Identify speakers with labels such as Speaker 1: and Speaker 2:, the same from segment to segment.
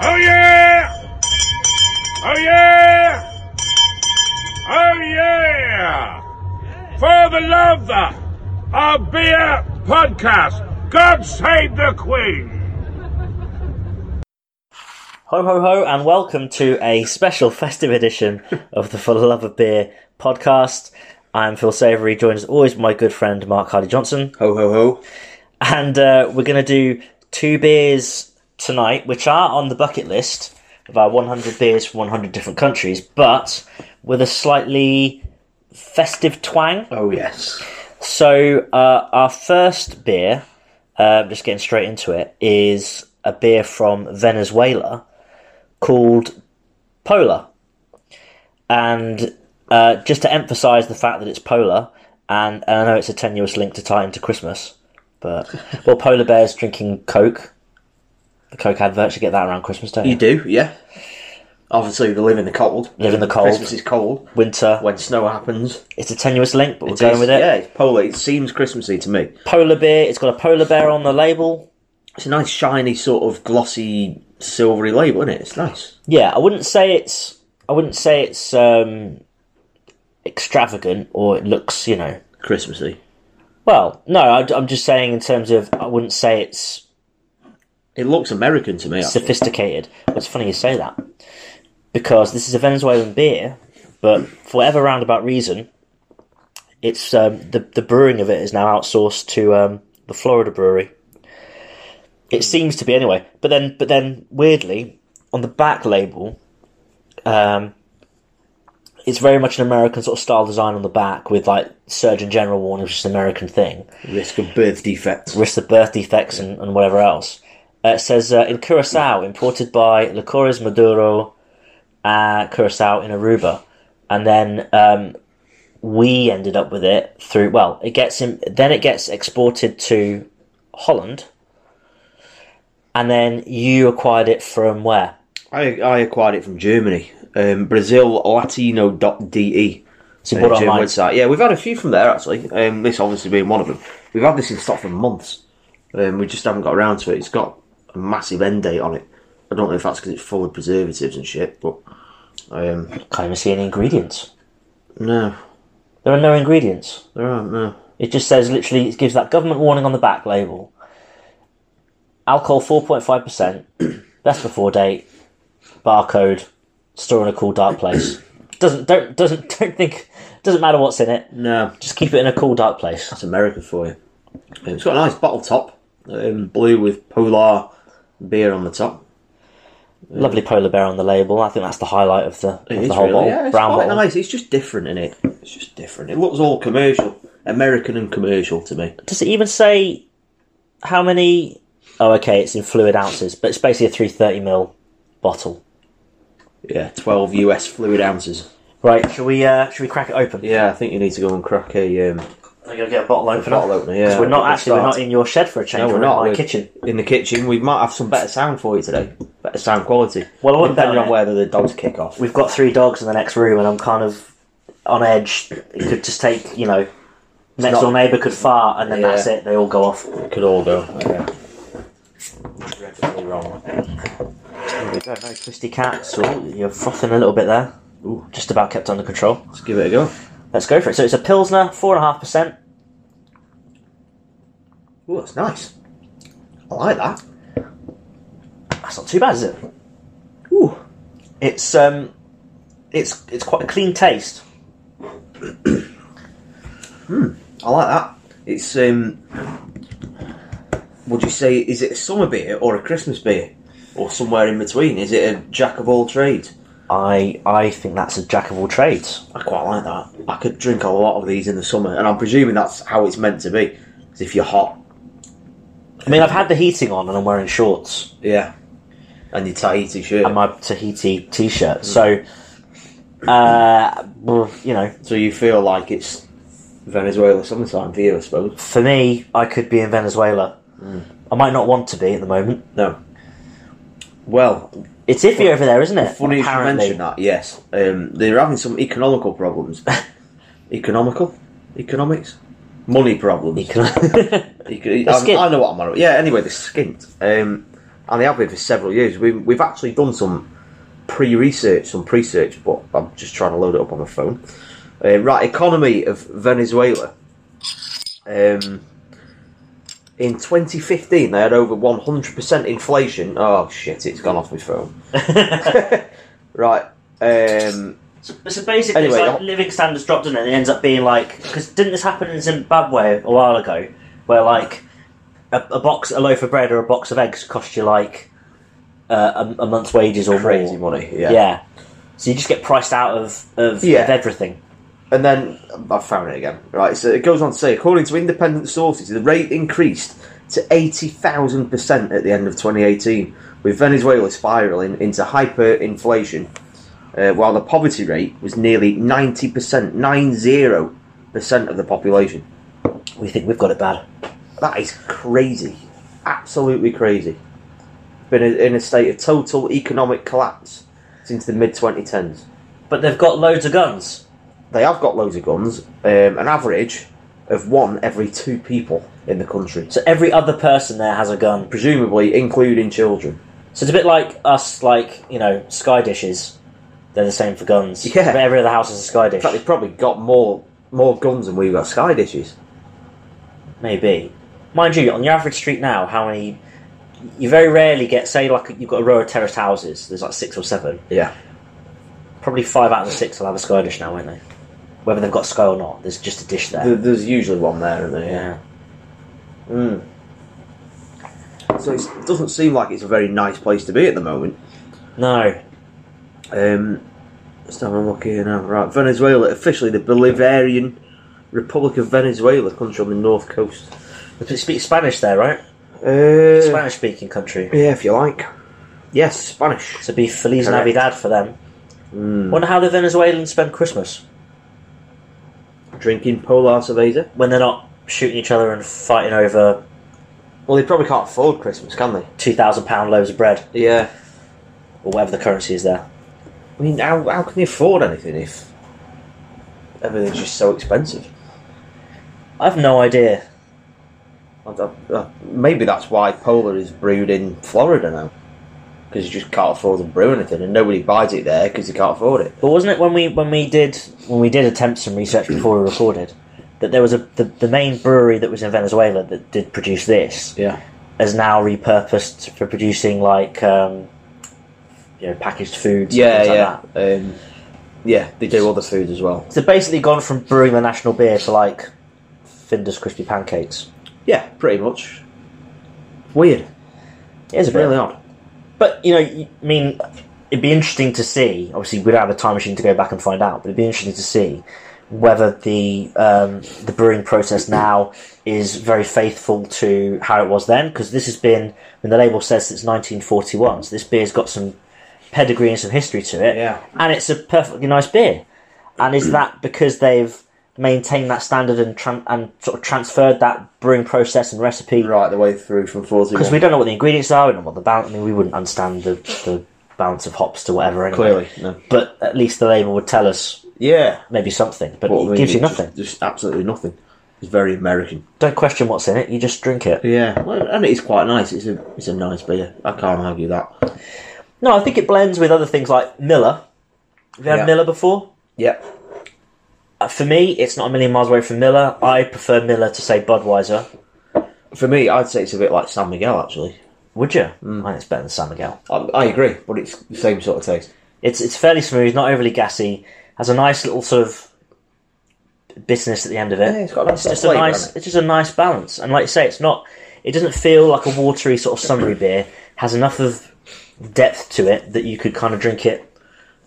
Speaker 1: Oh yeah! Oh yeah! Oh yeah! For the love of beer podcast, God save the Queen!
Speaker 2: Ho ho ho, and welcome to a special festive edition of the For the Love of Beer podcast. I'm Phil Savory, joined as always by my good friend Mark Hardy Johnson,
Speaker 3: Ho ho ho.
Speaker 2: and uh, we're going to do two beers tonight, which are on the bucket list of our 100 beers from 100 different countries, but with a slightly festive twang.
Speaker 3: Oh yes.
Speaker 2: So uh, our first beer, uh, just getting straight into it, is a beer from Venezuela called Pola, and uh, just to emphasise the fact that it's Pola, and, and I know it's a tenuous link to tie into Christmas, but well, polar bears drinking Coke. The Coke adverts you get that around Christmas, don't you?
Speaker 3: You do, yeah. Obviously, we live in the cold.
Speaker 2: Live in the cold.
Speaker 3: Christmas is cold.
Speaker 2: Winter.
Speaker 3: When snow happens,
Speaker 2: It's a tenuous link, but we're going with it.
Speaker 3: Yeah, it's polar. It seems Christmassy to me.
Speaker 2: Polar beer. It's got a polar bear on the label.
Speaker 3: It's a nice, shiny, sort of glossy, silvery label, isn't it? It's nice.
Speaker 2: yeah i wouldn't say it's i wouldn't say it's um extravagant or it looks you know
Speaker 3: Christmassy.
Speaker 2: well no I, am just saying in terms of i wouldn't say it's
Speaker 3: It looks American to me. actually.
Speaker 2: sophisticated but it's funny you say that because this is a venezuelan beer but for whatever roundabout reason it's um, the, the brewing of it is now outsourced to um, the florida brewery it seems to be anyway but then but then weirdly on the back label um, it's very much an American sort of style design on the back with like Surgeon General warning, which is an American thing,
Speaker 3: Risk of birth defects.
Speaker 2: risk of birth defects and, and whatever else. Uh, it says uh, in Curacao, imported by Licores Maduro, uh, Curacao in Aruba, and then um, we ended up with it through. Well, it gets in, then it gets exported to Holland, and then you acquired it from where?
Speaker 3: I, I acquired it from Germany. Um, Brazil Latino.de.
Speaker 2: So you bought it online.
Speaker 3: website. Yeah, we've had a few from there actually. Um, this obviously being one of them. We've had this in stock for months. Um, we just haven't got around to it. It's got a massive end date on it. I don't know if that's because it's full of preservatives and shit, but um,
Speaker 2: Can't even see any ingredients.
Speaker 3: no,
Speaker 2: There are no ingredients.
Speaker 3: there aren't. No,
Speaker 2: It just says literally, it gives that government warning on the back label. Alcohol 4.5%, best before date, barcode, store in a cool dark place. doesn't don't doesn't don't think doesn't matter what's in it.
Speaker 3: no,
Speaker 2: Just keep it in a cool dark place.
Speaker 3: that's America for you. Um, it's got a nice bottle top, um, blue with polar beer on the top.
Speaker 2: Lovely polar bear on the label. I think that's the highlight of the,
Speaker 3: It
Speaker 2: of
Speaker 3: is
Speaker 2: the whole
Speaker 3: really,
Speaker 2: bottle.
Speaker 3: yeah, it's
Speaker 2: Brown
Speaker 3: quite
Speaker 2: bottle.
Speaker 3: nice. It's just different in it. It's just different. It looks all commercial, American and commercial to me.
Speaker 2: Does it even say how many? Oh, okay, it's in fluid ounces, but it's basically a 330 ml bottle.
Speaker 3: Yeah, twelve US fluid ounces.
Speaker 2: Right, shall we uh, shall we crack it open?
Speaker 3: Yeah, I think you need to go and crack a. Um,
Speaker 2: I'm gonna get a bottle opener.
Speaker 3: bottle opener, yeah.
Speaker 2: 'Cause we're not
Speaker 3: Good
Speaker 2: actually we're
Speaker 3: start.
Speaker 2: not in your shed for a change.
Speaker 3: No,
Speaker 2: we're,
Speaker 3: we're not.
Speaker 2: in my
Speaker 3: We're-
Speaker 2: kitchen.
Speaker 3: in the kitchen. We might have some better sound for you today. Better sound quality.
Speaker 2: Well, I wouldn't
Speaker 3: depending
Speaker 2: doubt
Speaker 3: on
Speaker 2: it.
Speaker 3: whether the dogs kick off.
Speaker 2: We've got three dogs in the next room, and I'm kind of on edge. It could just take you know, next
Speaker 3: not-
Speaker 2: door neighbour could fart, and then
Speaker 3: Yeah.
Speaker 2: that's it. They all go off.
Speaker 3: We could all go. Yeah. Dreadfully wrong.
Speaker 2: There we go. No twisty cat. So you're frothing a little bit there.
Speaker 3: Ooh.
Speaker 2: Just about kept under control.
Speaker 3: Let's give it a go.
Speaker 2: Let's go for it. So it's a pilsner, four and a half percent.
Speaker 3: Oh, that's nice. I like that.
Speaker 2: That's not too bad, is it?
Speaker 3: Ooh.
Speaker 2: It's um, it's it's quite a clean taste.
Speaker 3: I like that. It's um. Would you say is it a summer beer or a Christmas beer, or somewhere in between? Is it a jack of all trades?
Speaker 2: I I think that's a jack of all trades.
Speaker 3: I quite like that. I could drink a lot of these in the summer, and I'm presuming that's how it's meant to be. 'Cause if you're hot,
Speaker 2: I mean, I've had the heating on, and I'm wearing shorts.
Speaker 3: yeah, and your Tahiti shirt,
Speaker 2: and my Tahiti T-shirt. So, uh, well, you know,
Speaker 3: so you feel like it's Venezuela summertime for you, I suppose.
Speaker 2: for me, I could be in Venezuela. I might not want to be at the moment.
Speaker 3: No. Well,
Speaker 2: It's iffy over there, isn't it?
Speaker 3: funny you should mention that. Yes, um, they're having some economical problems. economical, economics, money problems.
Speaker 2: Econ-
Speaker 3: You could-
Speaker 2: They're
Speaker 3: I,
Speaker 2: skint.
Speaker 3: I know what I'm on. about. Yeah. Anyway, they're skint. Um, and they have been for several years. We, we've actually done some pre-research, some pre-search, but I'm just trying to load it up on my phone. Uh, right, economy of Venezuela. Um, in 2015, they had over 100% inflation. Oh shit, it's gone off my phone. right. Um,
Speaker 2: So basically,
Speaker 3: Anyway,
Speaker 2: it's like
Speaker 3: the-
Speaker 2: living standards dropped, and it and it ends up being like because didn't this happen in Zimbabwe a while ago, where like a, a box, a loaf of bread, or a box of eggs cost you like uh, a, a month's wages or
Speaker 3: crazy
Speaker 2: more.
Speaker 3: money.
Speaker 2: Yeah.
Speaker 3: Yeah.
Speaker 2: So you just get priced out of of,
Speaker 3: Yeah.
Speaker 2: of everything.
Speaker 3: And then I found it again. Right, so it goes on to say, according to independent sources, the rate increased to 80,000% at the end of 2018, with Venezuela spiraling into hyperinflation, uh, while the poverty rate was nearly 90%, 90% of the population.
Speaker 2: We think we've got it bad.
Speaker 3: That is crazy. Absolutely crazy. Been in- in a state of total economic collapse since the mid 2010s.
Speaker 2: But they've got loads of guns.
Speaker 3: they have got loads of guns, um, an average of one every two people in the country,
Speaker 2: So every other person there has a gun.
Speaker 3: presumably including children.
Speaker 2: So it's a bit like us, like you know, sky dishes. They're the same for guns.
Speaker 3: Yeah.
Speaker 2: But every other house is a sky dish.
Speaker 3: In fact, they've probably got more more guns than we've got sky dishes.
Speaker 2: Maybe. Mind you, on your average street now, how many? You very rarely get, say, like you've got a row of terraced houses. There's like six or seven.
Speaker 3: Yeah.
Speaker 2: Probably five out of the six will have a sky dish now, won't they? Whether they've got sky or not, there's just a dish there.
Speaker 3: There, there's usually one there, isn't there?
Speaker 2: yeah.
Speaker 3: So it's, it doesn't seem like it's a very nice place to be at the moment.
Speaker 2: No.
Speaker 3: Um, let's have a look here now. Right, Venezuela, officially the Bolivarian Republic of Venezuela, country on the north coast.
Speaker 2: They speak Spanish there, right?
Speaker 3: Uh,
Speaker 2: Spanish speaking country.
Speaker 3: Yeah, if you like. Yes, Spanish.
Speaker 2: So be Feliz
Speaker 3: Correct. Hmm.
Speaker 2: Navidad for them. Wonder how the Venezuelans spend Christmas
Speaker 3: Drinking Polar Cerveza.
Speaker 2: when they're not shooting each other and fighting over
Speaker 3: Well, they probably can't afford Christmas, can they?
Speaker 2: £2,000 loaves of bread
Speaker 3: Yeah.
Speaker 2: or whatever the currency is there.
Speaker 3: I mean, how, how can they afford anything if everything's just so expensive?
Speaker 2: I've no idea.
Speaker 3: I, I, I, maybe that's why Polar is brewed in Florida now. Because you just can't afford to brew anything, and nobody buys it there because they can't afford it.
Speaker 2: But wasn't it when we when we did when we did attempt some research before we recorded that there was a the, the main brewery that was in Venezuela that did produce this
Speaker 3: Yeah.
Speaker 2: has now repurposed for producing like um, you know packaged foods and
Speaker 3: Yeah,
Speaker 2: things like
Speaker 3: yeah. Um, yeah, they do other food as well.
Speaker 2: that. So basically gone from brewing the national beer to like Finder's crispy pancakes.
Speaker 3: Yeah, pretty much. Weird.
Speaker 2: It is a
Speaker 3: It's
Speaker 2: bit
Speaker 3: really odd.
Speaker 2: But you know, y- I mean, it'd be interesting to see. Obviously, we don't have a time machine to go back and find out, but it'd be interesting to see whether the um, the brewing process now is very faithful to how it was then. Because this has been, when the label says since 1941, so this beer's got some pedigree and some history to it,
Speaker 3: Yeah.
Speaker 2: and it's a perfectly nice beer. And is that because they've maintained that standard and tran- and sort of transferred that brewing process and recipe
Speaker 3: Right, the way through from 41.
Speaker 2: because we don't know what the ingredients are, we don't know what the balance. I mean, we wouldn't understand the, the balance of hops to whatever. Anyway.
Speaker 3: Clearly, no.
Speaker 2: but at least the label would tell us
Speaker 3: Yeah.
Speaker 2: maybe something. But
Speaker 3: But I
Speaker 2: it
Speaker 3: mean,
Speaker 2: gives you
Speaker 3: it's just-
Speaker 2: nothing.
Speaker 3: just absolutely nothing. It's very American.
Speaker 2: Don't question what's in it. You just drink it.
Speaker 3: Yeah, well, and it is quite nice. It's a it's a nice beer. I can't argue that.
Speaker 2: No, I think it blends with other things like Miller. Have you had
Speaker 3: Yeah.
Speaker 2: Miller before?
Speaker 3: Yep.
Speaker 2: Uh, For me, it's not a million miles away from Miller. I prefer Miller to say Budweiser.
Speaker 3: For me, I'd say it's a bit like San Miguel. Actually,
Speaker 2: Would you?
Speaker 3: Mm.
Speaker 2: Mine it's better than San Miguel.
Speaker 3: I, I agree, but it's the same sort of taste.
Speaker 2: It's it's fairly smooth, not overly gassy. Has a nice little sort of business at the end of it.
Speaker 3: Yeah, it's got a nice
Speaker 2: it's just a
Speaker 3: flavour,
Speaker 2: nice
Speaker 3: hasn't
Speaker 2: it's just a nice balance and like you say it's not it doesn't feel like a watery sort of summery beer has enough of depth to it that you could kind of drink it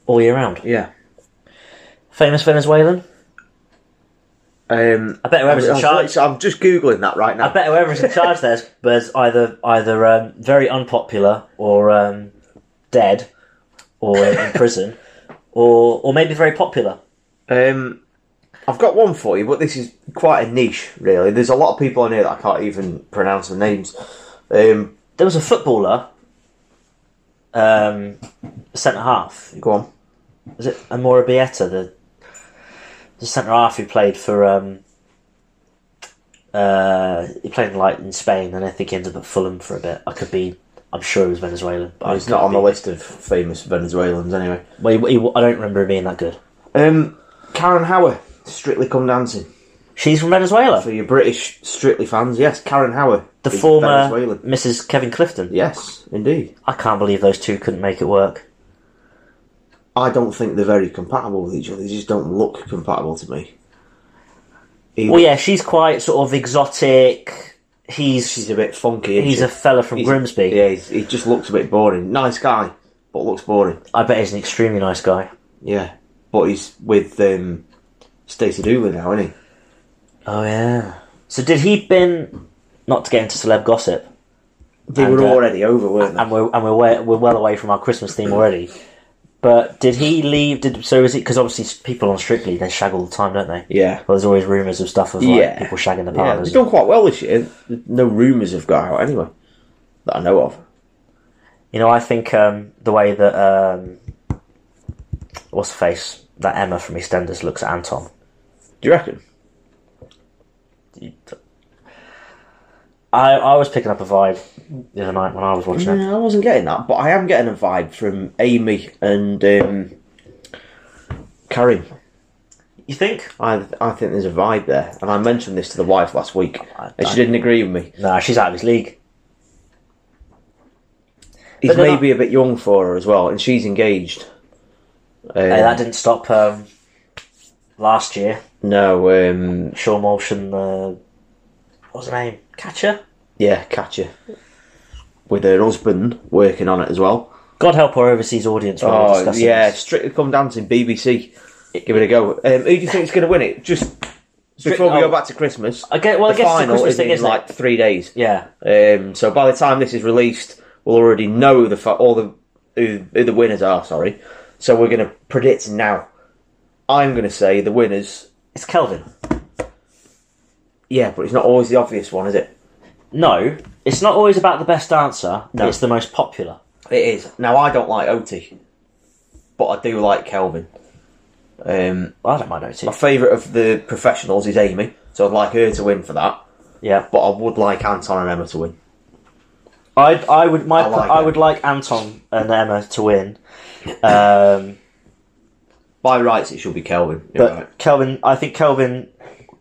Speaker 2: all year round
Speaker 3: Yeah.
Speaker 2: famous venezuelan
Speaker 3: Um,
Speaker 2: i bet whoever's in charge
Speaker 3: I'm just googling that right
Speaker 2: i
Speaker 3: now.
Speaker 2: bet whoever's in charge there's there's either either um, very unpopular or um, dead or in, in prison or or maybe very popular
Speaker 3: Um, I've got one for you, but this is quite a niche, really. There's a lot of people on here that I can't even pronounce the names. Um,
Speaker 2: there was a footballer um centre half
Speaker 3: go on.
Speaker 2: was it Amora Bieta, the the centre half who played for um uh he played in, like in Spain and I think he ended up at Fulham for a bit. I could be I'm sure he was Venezuelan. But I
Speaker 3: It's not
Speaker 2: could
Speaker 3: on the
Speaker 2: be-
Speaker 3: list of famous Venezuelans anyway.
Speaker 2: Well, he, he- I don't remember him being that good.
Speaker 3: Um, Karen Howard, Strictly Come Dancing.
Speaker 2: She's from Venezuela.
Speaker 3: For your British Strictly fans, yes, Karen Howard.
Speaker 2: The
Speaker 3: is
Speaker 2: former
Speaker 3: Venezuelan.
Speaker 2: Mrs. Kevin Clifton.
Speaker 3: Yes, indeed.
Speaker 2: I can't believe those two couldn't make it work.
Speaker 3: I don't think they're very compatible with each other. They just don't look compatible to me. He-
Speaker 2: Well, yeah, she's quite sort of exotic. He's
Speaker 3: She's a bit funky. isn't
Speaker 2: he's
Speaker 3: she?
Speaker 2: a fella from
Speaker 3: He's-
Speaker 2: Grimsby.
Speaker 3: Yeah, he's, he just looks a bit boring. Nice guy, but looks boring.
Speaker 2: I bet he's an extremely nice guy.
Speaker 3: Yeah, but he's with um, Stacey Dooley now, isn't he?
Speaker 2: Oh yeah. So did he been not to get into celeb gossip?
Speaker 3: They
Speaker 2: And,
Speaker 3: were
Speaker 2: uh,
Speaker 3: already over, weren't they?
Speaker 2: and we're and we're way, we're well away from our Christmas theme already. But did he leave? Did so? Is it because obviously people on Strictly they shag all the time, don't they?
Speaker 3: Yeah.
Speaker 2: Well, there's always rumours of stuff of like,
Speaker 3: Yeah.
Speaker 2: people shagging the
Speaker 3: Yeah, they've
Speaker 2: partners.
Speaker 3: done quite well this year. No rumours have got out anyway that I know of.
Speaker 2: You know, I think um, the way that um, what's the face that Emma from EastEnders looks at Anton.
Speaker 3: Do you reckon?
Speaker 2: I I was picking up a vibe the other night when I was watching it.
Speaker 3: No, I wasn't getting that, but I am getting a vibe from Amy and um, Karen.
Speaker 2: You think?
Speaker 3: I I think there's a vibe there, and I mentioned this to the wife last week, and she didn't agree with me.
Speaker 2: Nah, she's out of his league.
Speaker 3: He's
Speaker 2: they're not-
Speaker 3: maybe a bit young for her as well, and she's engaged. Um,
Speaker 2: Hey, that didn't stop um, last year.
Speaker 3: no, um,
Speaker 2: Sean Walsh and uh, what's her name? Catcher.
Speaker 3: yeah, Catcher with her husband working on it as well.
Speaker 2: God help our overseas audience when we're
Speaker 3: Oh
Speaker 2: discussing
Speaker 3: yeah,
Speaker 2: this.
Speaker 3: Strictly Come Dancing, BBC. Give it a go. Um, who do you think's going to win it? Just before we
Speaker 2: oh.
Speaker 3: go back to Christmas,
Speaker 2: I get, well, I
Speaker 3: the
Speaker 2: guess it's a
Speaker 3: final
Speaker 2: Christmas
Speaker 3: is
Speaker 2: thing,
Speaker 3: in
Speaker 2: isn't
Speaker 3: like
Speaker 2: it?
Speaker 3: three days.
Speaker 2: Yeah.
Speaker 3: Um, so by the time this is released, we'll already know the fa- all the who, who the winners are. Sorry. So we're going to predict now. I'm going to say the winners.
Speaker 2: It's Kelvin.
Speaker 3: Yeah, but it's not always the obvious one, is it?
Speaker 2: No, it's not always about the best answer.
Speaker 3: No.
Speaker 2: It's the most popular.
Speaker 3: It is. Now I don't like Oti, but I do like Kelvin. Um,
Speaker 2: Well, I don't mind OT.
Speaker 3: my favourite of the professionals is Amy, so I'd like her to win for that.
Speaker 2: Yeah,
Speaker 3: But I would like Anton and Emma to win.
Speaker 2: I I would my I,
Speaker 3: I like it.
Speaker 2: would like Anton and Emma to win, um,
Speaker 3: By rights, it should be Kelvin. You're
Speaker 2: but
Speaker 3: right.
Speaker 2: Kelvin I think Kelvin,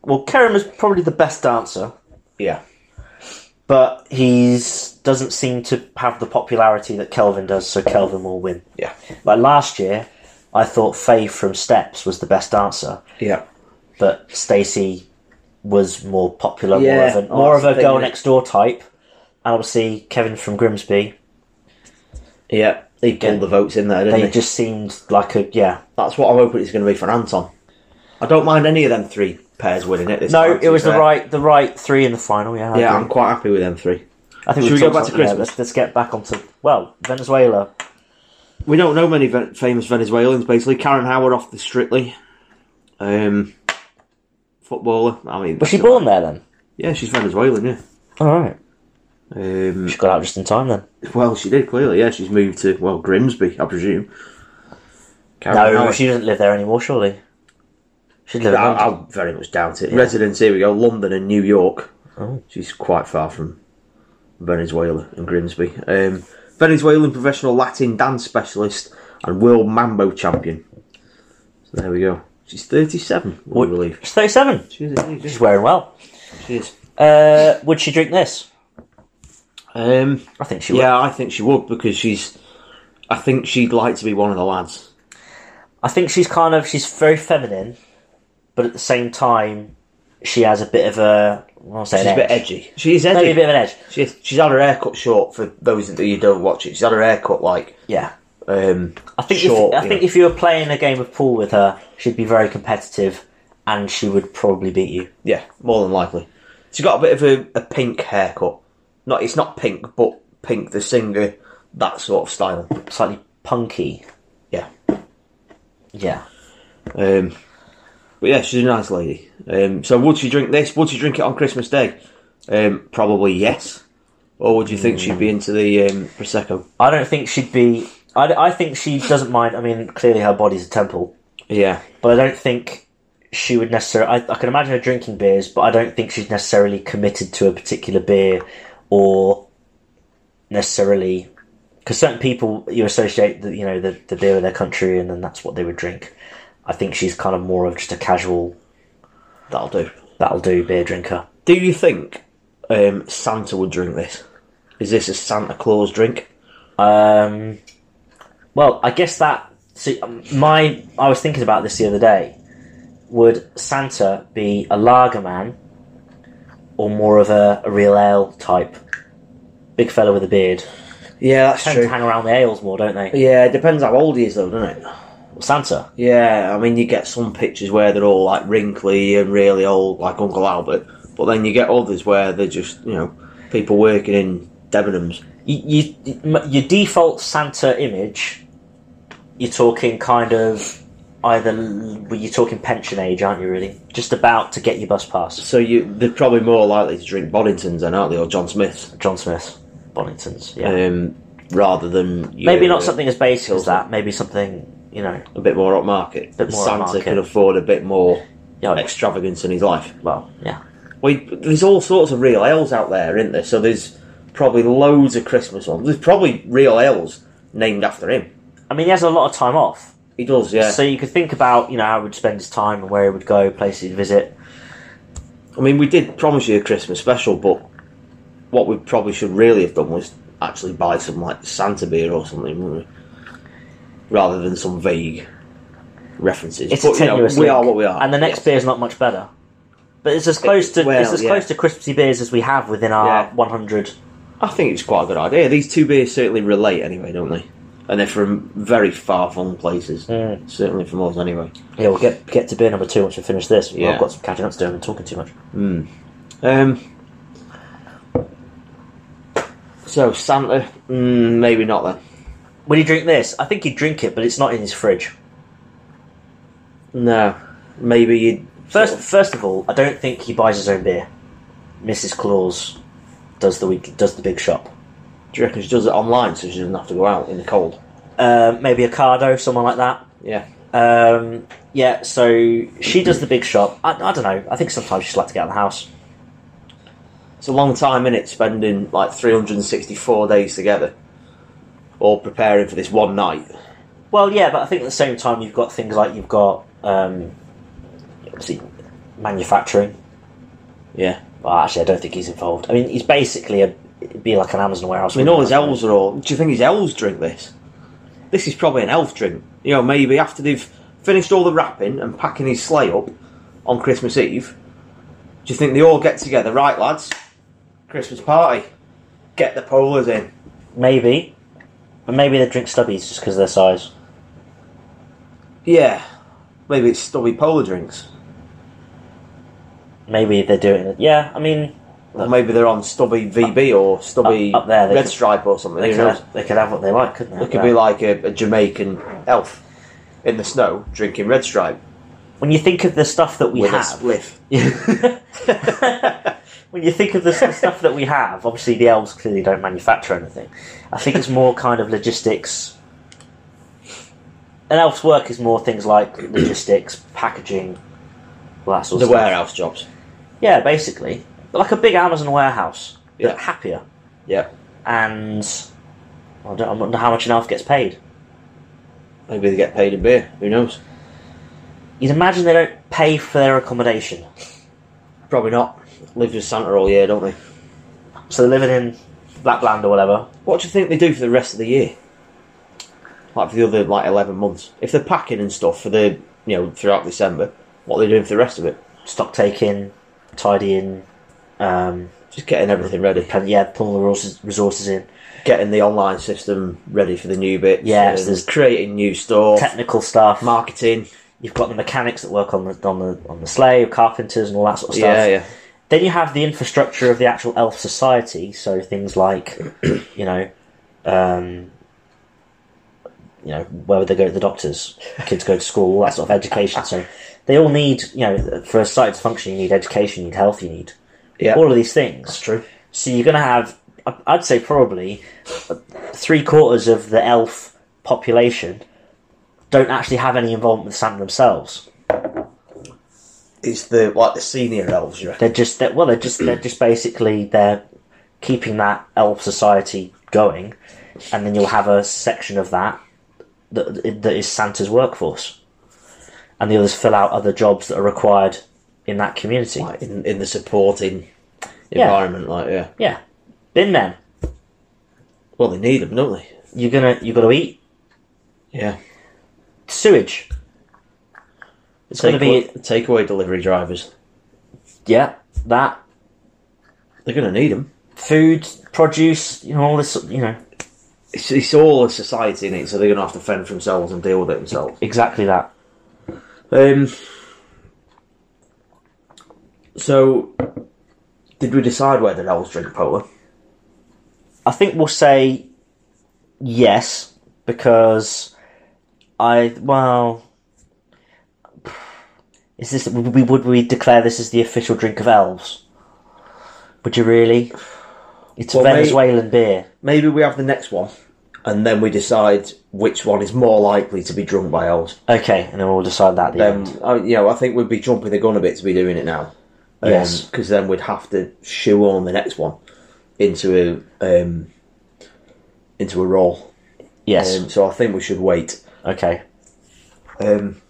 Speaker 2: well Kerem is probably the best dancer,
Speaker 3: Yeah.
Speaker 2: but he's doesn't seem to have the popularity that Kelvin does, so Kelvin will win.
Speaker 3: Yeah.
Speaker 2: Like last year, I thought Faye from Steps was the best dancer,
Speaker 3: Yeah.
Speaker 2: but Stacey was more popular, more
Speaker 3: Yeah,
Speaker 2: of, an,
Speaker 3: well,
Speaker 2: more of
Speaker 3: that's
Speaker 2: a
Speaker 3: the
Speaker 2: girl
Speaker 3: thing,
Speaker 2: next door type. And obviously, Kevin from Grimsby,
Speaker 3: Yeah. He pulled the votes in there, didn't
Speaker 2: they
Speaker 3: he?
Speaker 2: just seemed like a yeah.
Speaker 3: That's what I'm hoping it's going to be for Anton. I don't mind any of them three pairs winning it. This
Speaker 2: No,
Speaker 3: time, to
Speaker 2: it was
Speaker 3: be
Speaker 2: the
Speaker 3: fair.
Speaker 2: right the right three in the final. Yeah, I
Speaker 3: Yeah, I'm
Speaker 2: agree.
Speaker 3: quite happy with them three.
Speaker 2: I think
Speaker 3: Should
Speaker 2: we've
Speaker 3: we go
Speaker 2: talked
Speaker 3: back to
Speaker 2: about- yeah,
Speaker 3: Christmas?
Speaker 2: let's, let's get back onto well Venezuela.
Speaker 3: We don't know many ve- famous Venezuelans. Basically, Karen Howard off the Strictly, um, footballer. I mean,
Speaker 2: Was she born there then?
Speaker 3: Yeah, she's Venezuelan. Yeah.
Speaker 2: All right,
Speaker 3: Um,
Speaker 2: she got out just in time then.
Speaker 3: well, she did clearly. Yeah, she's moved to well Grimsby, I presume. Karen
Speaker 2: No,
Speaker 3: Howard.
Speaker 2: she doesn't live there anymore. Surely, she'd live. in
Speaker 3: I,
Speaker 2: London.
Speaker 3: I very much doubt it. Residence here we go, London and New York. She's quite far from Venezuela and Grimsby. Um, Venezuelan professional Latin dance specialist and world mambo champion. So there we go. She's 37, would you believe?
Speaker 2: She's thirty-seven.
Speaker 3: She is, indeed,
Speaker 2: She's wearing well.
Speaker 3: yeah. she is.
Speaker 2: Uh, would she drink this?
Speaker 3: Um,
Speaker 2: I think she would.
Speaker 3: yeah, I think she would because she's. I think she'd like to be one of the lads.
Speaker 2: I think she's kind of she's very feminine, but at the same time, she has a bit of a I won't say
Speaker 3: She's
Speaker 2: an
Speaker 3: a bit
Speaker 2: edge.
Speaker 3: edgy. She is
Speaker 2: Maybe a
Speaker 3: edgy.
Speaker 2: bit of an edge.
Speaker 3: She's, she's had her hair cut short for those that you don't watch it. She's had her hair cut like
Speaker 2: Yeah,
Speaker 3: um,
Speaker 2: I think
Speaker 3: short.
Speaker 2: if, I
Speaker 3: you
Speaker 2: think
Speaker 3: know.
Speaker 2: if you were playing a game of pool with her, she'd be very competitive, and she would probably beat you.
Speaker 3: Yeah, more than likely. She's got a bit of a, a pink haircut. Not it's not pink, but pink the singer, that sort of style.
Speaker 2: Slightly punky.
Speaker 3: Yeah.
Speaker 2: Yeah.
Speaker 3: Um, but yeah, she's a nice lady. Um, so would she drink this? Would she drink it on Christmas Day? Um, probably yes. Or would you think she'd be into the um, prosecco?
Speaker 2: I don't think she'd be. I, I think she doesn't mind. I mean, clearly her body's a temple,
Speaker 3: Yeah,
Speaker 2: but I don't think she would necessarily. I, I can imagine her drinking beers, but I don't think she's necessarily committed to a particular beer or necessarily because certain people you associate the, you know the, the beer with their country and then that's what they would drink. I think she's kind of more of just a casual
Speaker 3: That'll do.
Speaker 2: that'll do beer drinker.
Speaker 3: Do you think um, Santa would drink this? Is this a Santa Claus drink?
Speaker 2: Um, well, I guess that see um, my I was thinking about this the other day. Would Santa be a lager man or more of a, a real ale type? Big fella with a beard.
Speaker 3: Yeah, that's
Speaker 2: Tend to hang around the ales more, don't they?
Speaker 3: Yeah, it depends how old he is, though, doesn't it?
Speaker 2: Santa.
Speaker 3: Yeah, I mean, you get some pictures where they're all like wrinkly and really old, like Uncle Albert, but then you get others where they're just, you know, people working in Debenhams.
Speaker 2: You, you, m- your default Santa image, you're talking kind of either well, you're talking pension age, aren't you? Really, just about to get your bus pass.
Speaker 3: So you, they're probably more likely to drink Boddingtons then, aren't they, or John Smiths,
Speaker 2: John Smith, Boningtons. Yeah.
Speaker 3: um, rather than your-
Speaker 2: Maybe not something as basic as that. Maybe something you know.
Speaker 3: a bit more upmarket.
Speaker 2: Bit more
Speaker 3: Santa
Speaker 2: upmarket.
Speaker 3: can afford a bit more
Speaker 2: Yeah.
Speaker 3: extravagance in his life.
Speaker 2: Well, yeah.
Speaker 3: Well, you- there's all sorts of real ales out there, isn't there? So there's probably loads of Christmas ones. There's probably real ales named after him.
Speaker 2: I mean, he has a lot of time off,
Speaker 3: He does, yeah.
Speaker 2: so you could think about you know how he would spend his time and where he would go, places he'd visit.
Speaker 3: I mean, we did promise you a Christmas special, but what we probably should really have done was actually buy some like Santa beer or something, wouldn't we? rather than some vague references.
Speaker 2: It's a
Speaker 3: But, you know,
Speaker 2: tenuous.
Speaker 3: we
Speaker 2: link.
Speaker 3: are what we are,
Speaker 2: and the next
Speaker 3: Yes.
Speaker 2: beer is not much better. But it's as close to
Speaker 3: well,
Speaker 2: it's as
Speaker 3: yeah.
Speaker 2: close to Christmassy beers as we have within our
Speaker 3: Yeah.
Speaker 2: 100.
Speaker 3: I think it's quite a good idea. These two beers certainly relate anyway, don't they? And they're from very far flung places.
Speaker 2: Hmm.
Speaker 3: Certainly from us anyway.
Speaker 2: Yeah, we'll get get to beer number two once we finish this.
Speaker 3: Yeah.
Speaker 2: I've got some catching up to do. I've been talking too much.
Speaker 3: Um, so Santa, mm, maybe not then.
Speaker 2: Would he drink this? I think he'd drink it, but it's not in his fridge.
Speaker 3: No, maybe you'd
Speaker 2: First, first of all, I don't think he buys his own beer. Mrs. Claus does the week, does the big shop.
Speaker 3: Do you reckon she does it online so she doesn't have to go out in the cold?
Speaker 2: Uh, maybe a Cardo, someone like that.
Speaker 3: Yeah.
Speaker 2: Um, yeah, so she does the big shop. I, I don't know. I think sometimes she's like to get out of the house.
Speaker 3: It's a long time, innit, spending like 364 days together, all preparing for this one night.
Speaker 2: Well, yeah, but I think at the same time you've got things like you've got um, obviously manufacturing.
Speaker 3: Yeah.
Speaker 2: Well, actually, I don't think he's involved. I mean, he's basically a it'd be like an Amazon warehouse.
Speaker 3: I mean, all his elves are all. Do you think his elves drink this? This is probably an elf drink. You know, maybe after they've finished all the wrapping and packing his sleigh up on Christmas Eve, do you think they all get together? Right, lads, Christmas party. Get the polars in.
Speaker 2: maybe, but maybe they drink stubbies just because of their size.
Speaker 3: Yeah. Maybe it's stubby polar drinks.
Speaker 2: Maybe they do it. In a, yeah, I mean,
Speaker 3: Or maybe they're on Stubby VB or Stubby
Speaker 2: Up- up there, they
Speaker 3: Red
Speaker 2: could-
Speaker 3: Stripe or something.
Speaker 2: they
Speaker 3: Who
Speaker 2: could,
Speaker 3: knows?
Speaker 2: have, they could have what they like, couldn't they?
Speaker 3: It could be like a, a Jamaican elf in the snow drinking Red Stripe
Speaker 2: when you think of the stuff that we
Speaker 3: with a
Speaker 2: have.
Speaker 3: spliff.
Speaker 2: when you think of the s- stuff that we have, obviously the elves clearly don't manufacture anything. I think it's more kind of logistics. An elf's work is more things like logistics, packaging, all that sort
Speaker 3: The
Speaker 2: of stuff.
Speaker 3: warehouse jobs.
Speaker 2: Yeah, basically. Like a big Amazon warehouse, but
Speaker 3: Yeah.
Speaker 2: happier.
Speaker 3: Yeah.
Speaker 2: And I don't, I wonder how much an elf gets paid.
Speaker 3: Maybe they get paid in beer. Who knows?
Speaker 2: You'd imagine they don't pay for their accommodation.
Speaker 3: Probably not. Live with Santa all year, don't they?
Speaker 2: So they're living in Lapland or whatever.
Speaker 3: What do you think they do for the rest of the year? Like for the other like eleven months. If they're packing and stuff for the you know throughout December, what are they doing for the rest of it?
Speaker 2: Stock taking, tidying, um,
Speaker 3: Just getting everything ready.
Speaker 2: Kind of, yeah, pulling the resources, resources in.
Speaker 3: Getting the online system ready for the new bits.
Speaker 2: Yeah,
Speaker 3: um,
Speaker 2: so there's-
Speaker 3: creating new stuff.
Speaker 2: Technical stuff.
Speaker 3: marketing.
Speaker 2: You've got the mechanics that work on the on the on the sleigh, carpenters, and all that sort of stuff.
Speaker 3: Yeah, yeah.
Speaker 2: Then you have the infrastructure of the actual elf society. So things like, you know, um, you know, where would they go to the doctors? Kids go to school. All that sort of education. So they all need, you know, for a society to function, you need education, you need health, you need
Speaker 3: Yeah.
Speaker 2: all of these things.
Speaker 3: true.
Speaker 2: So you're going to have, I- I'd say probably three quarters of the elf population don't actually have any involvement with Santa themselves.
Speaker 3: It's the like the senior elves, you reckon?
Speaker 2: They're just they're, well, they're just they're just basically they're keeping that elf society going, and then you'll have a section of that that, that is Santa's workforce, and the others fill out other jobs that are required in that community.
Speaker 4: like in, in the supporting
Speaker 2: Yeah.
Speaker 4: environment. Like, yeah.
Speaker 2: Yeah, bin men.
Speaker 4: Well, they need them, don't they?
Speaker 2: You're gonna you got to eat
Speaker 4: Yeah.
Speaker 2: sewage. It's gonna
Speaker 4: Takeaway,
Speaker 2: be
Speaker 4: takeaway delivery drivers.
Speaker 2: yeah that
Speaker 4: They're going to need them.
Speaker 2: food produce you know all this you know
Speaker 3: It's, it's all a society in it, so they're going to have to fend for themselves and deal with it themselves.
Speaker 2: exactly that.
Speaker 3: Um, so, did we decide where the elves drink polar?
Speaker 2: I think we'll say yes because I well is this would we would we declare this as the official drink of elves? Would you really? It's
Speaker 3: Well, they-
Speaker 2: Venezuelan beer.
Speaker 3: Maybe we have the next one, and then we decide which one is more likely to be drunk by elves.
Speaker 2: Okay, and then we'll decide that at the
Speaker 3: Um,
Speaker 2: end.
Speaker 3: I, you know, I think we'd be jumping the gun a bit to be doing it now.
Speaker 2: Yes.
Speaker 3: Because then we'd have to shoehorn the next one into a um, into a role.
Speaker 2: Yes.
Speaker 3: Um, so I think we should wait.
Speaker 2: okay.
Speaker 3: Um,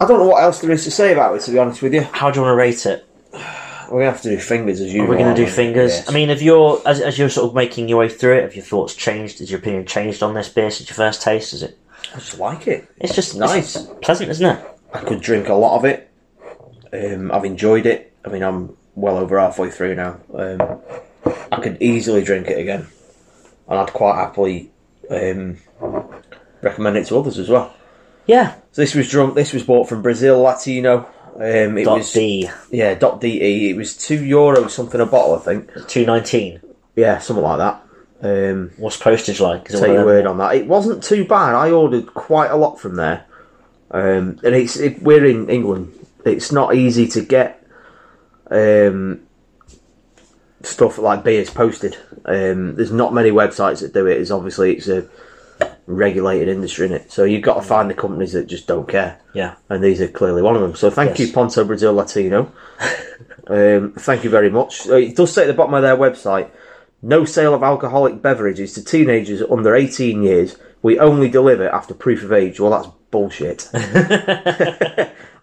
Speaker 3: I don't know what else there is to say about it. To be honest with you,
Speaker 2: How do you want to rate it?
Speaker 3: we're gonna have to do fingers as usual.
Speaker 2: We're going
Speaker 3: aren't
Speaker 2: to do
Speaker 3: we?
Speaker 2: fingers.
Speaker 3: Yes.
Speaker 2: I mean, if you're as, as you're sort of making your way through it, have your thoughts changed? Has your opinion changed on this beer since your first taste? Is it?
Speaker 3: I just like it.
Speaker 2: It's just
Speaker 3: Nice.
Speaker 2: it's pleasant, isn't it?
Speaker 3: I could drink a lot of it. Um, I've enjoyed it. I mean, I'm well over halfway through now. Um, I could easily drink it again, and I'd quite happily um, recommend it to others as well.
Speaker 2: Yeah.
Speaker 3: So this was drunk. This was bought from Brazil Latino. Um, it
Speaker 2: Dot
Speaker 3: was
Speaker 2: D
Speaker 3: yeah dot de. It was two euro something a bottle, I think.
Speaker 2: two nineteen.
Speaker 3: Yeah, something like that. Um,
Speaker 2: What's postage like? Is it
Speaker 3: take
Speaker 2: one
Speaker 3: your
Speaker 2: of
Speaker 3: word
Speaker 2: them-
Speaker 3: on that. It wasn't too bad. I ordered quite a lot from there, um, and it's it, we're in England. It's not easy to get um, stuff like beers posted. Um, there's not many websites that do it. It's obviously it's a regulated industry in it, so you've got to find the companies that just don't care.
Speaker 2: Yeah.
Speaker 3: And these are clearly one of them. So thank
Speaker 2: Yes.
Speaker 3: you, Ponto Brazil Latino. um, thank you very much. Uh, It does say at the bottom of their website no sale of alcoholic beverages to teenagers under 18 years. We only deliver after proof of age. Well, that's bullshit.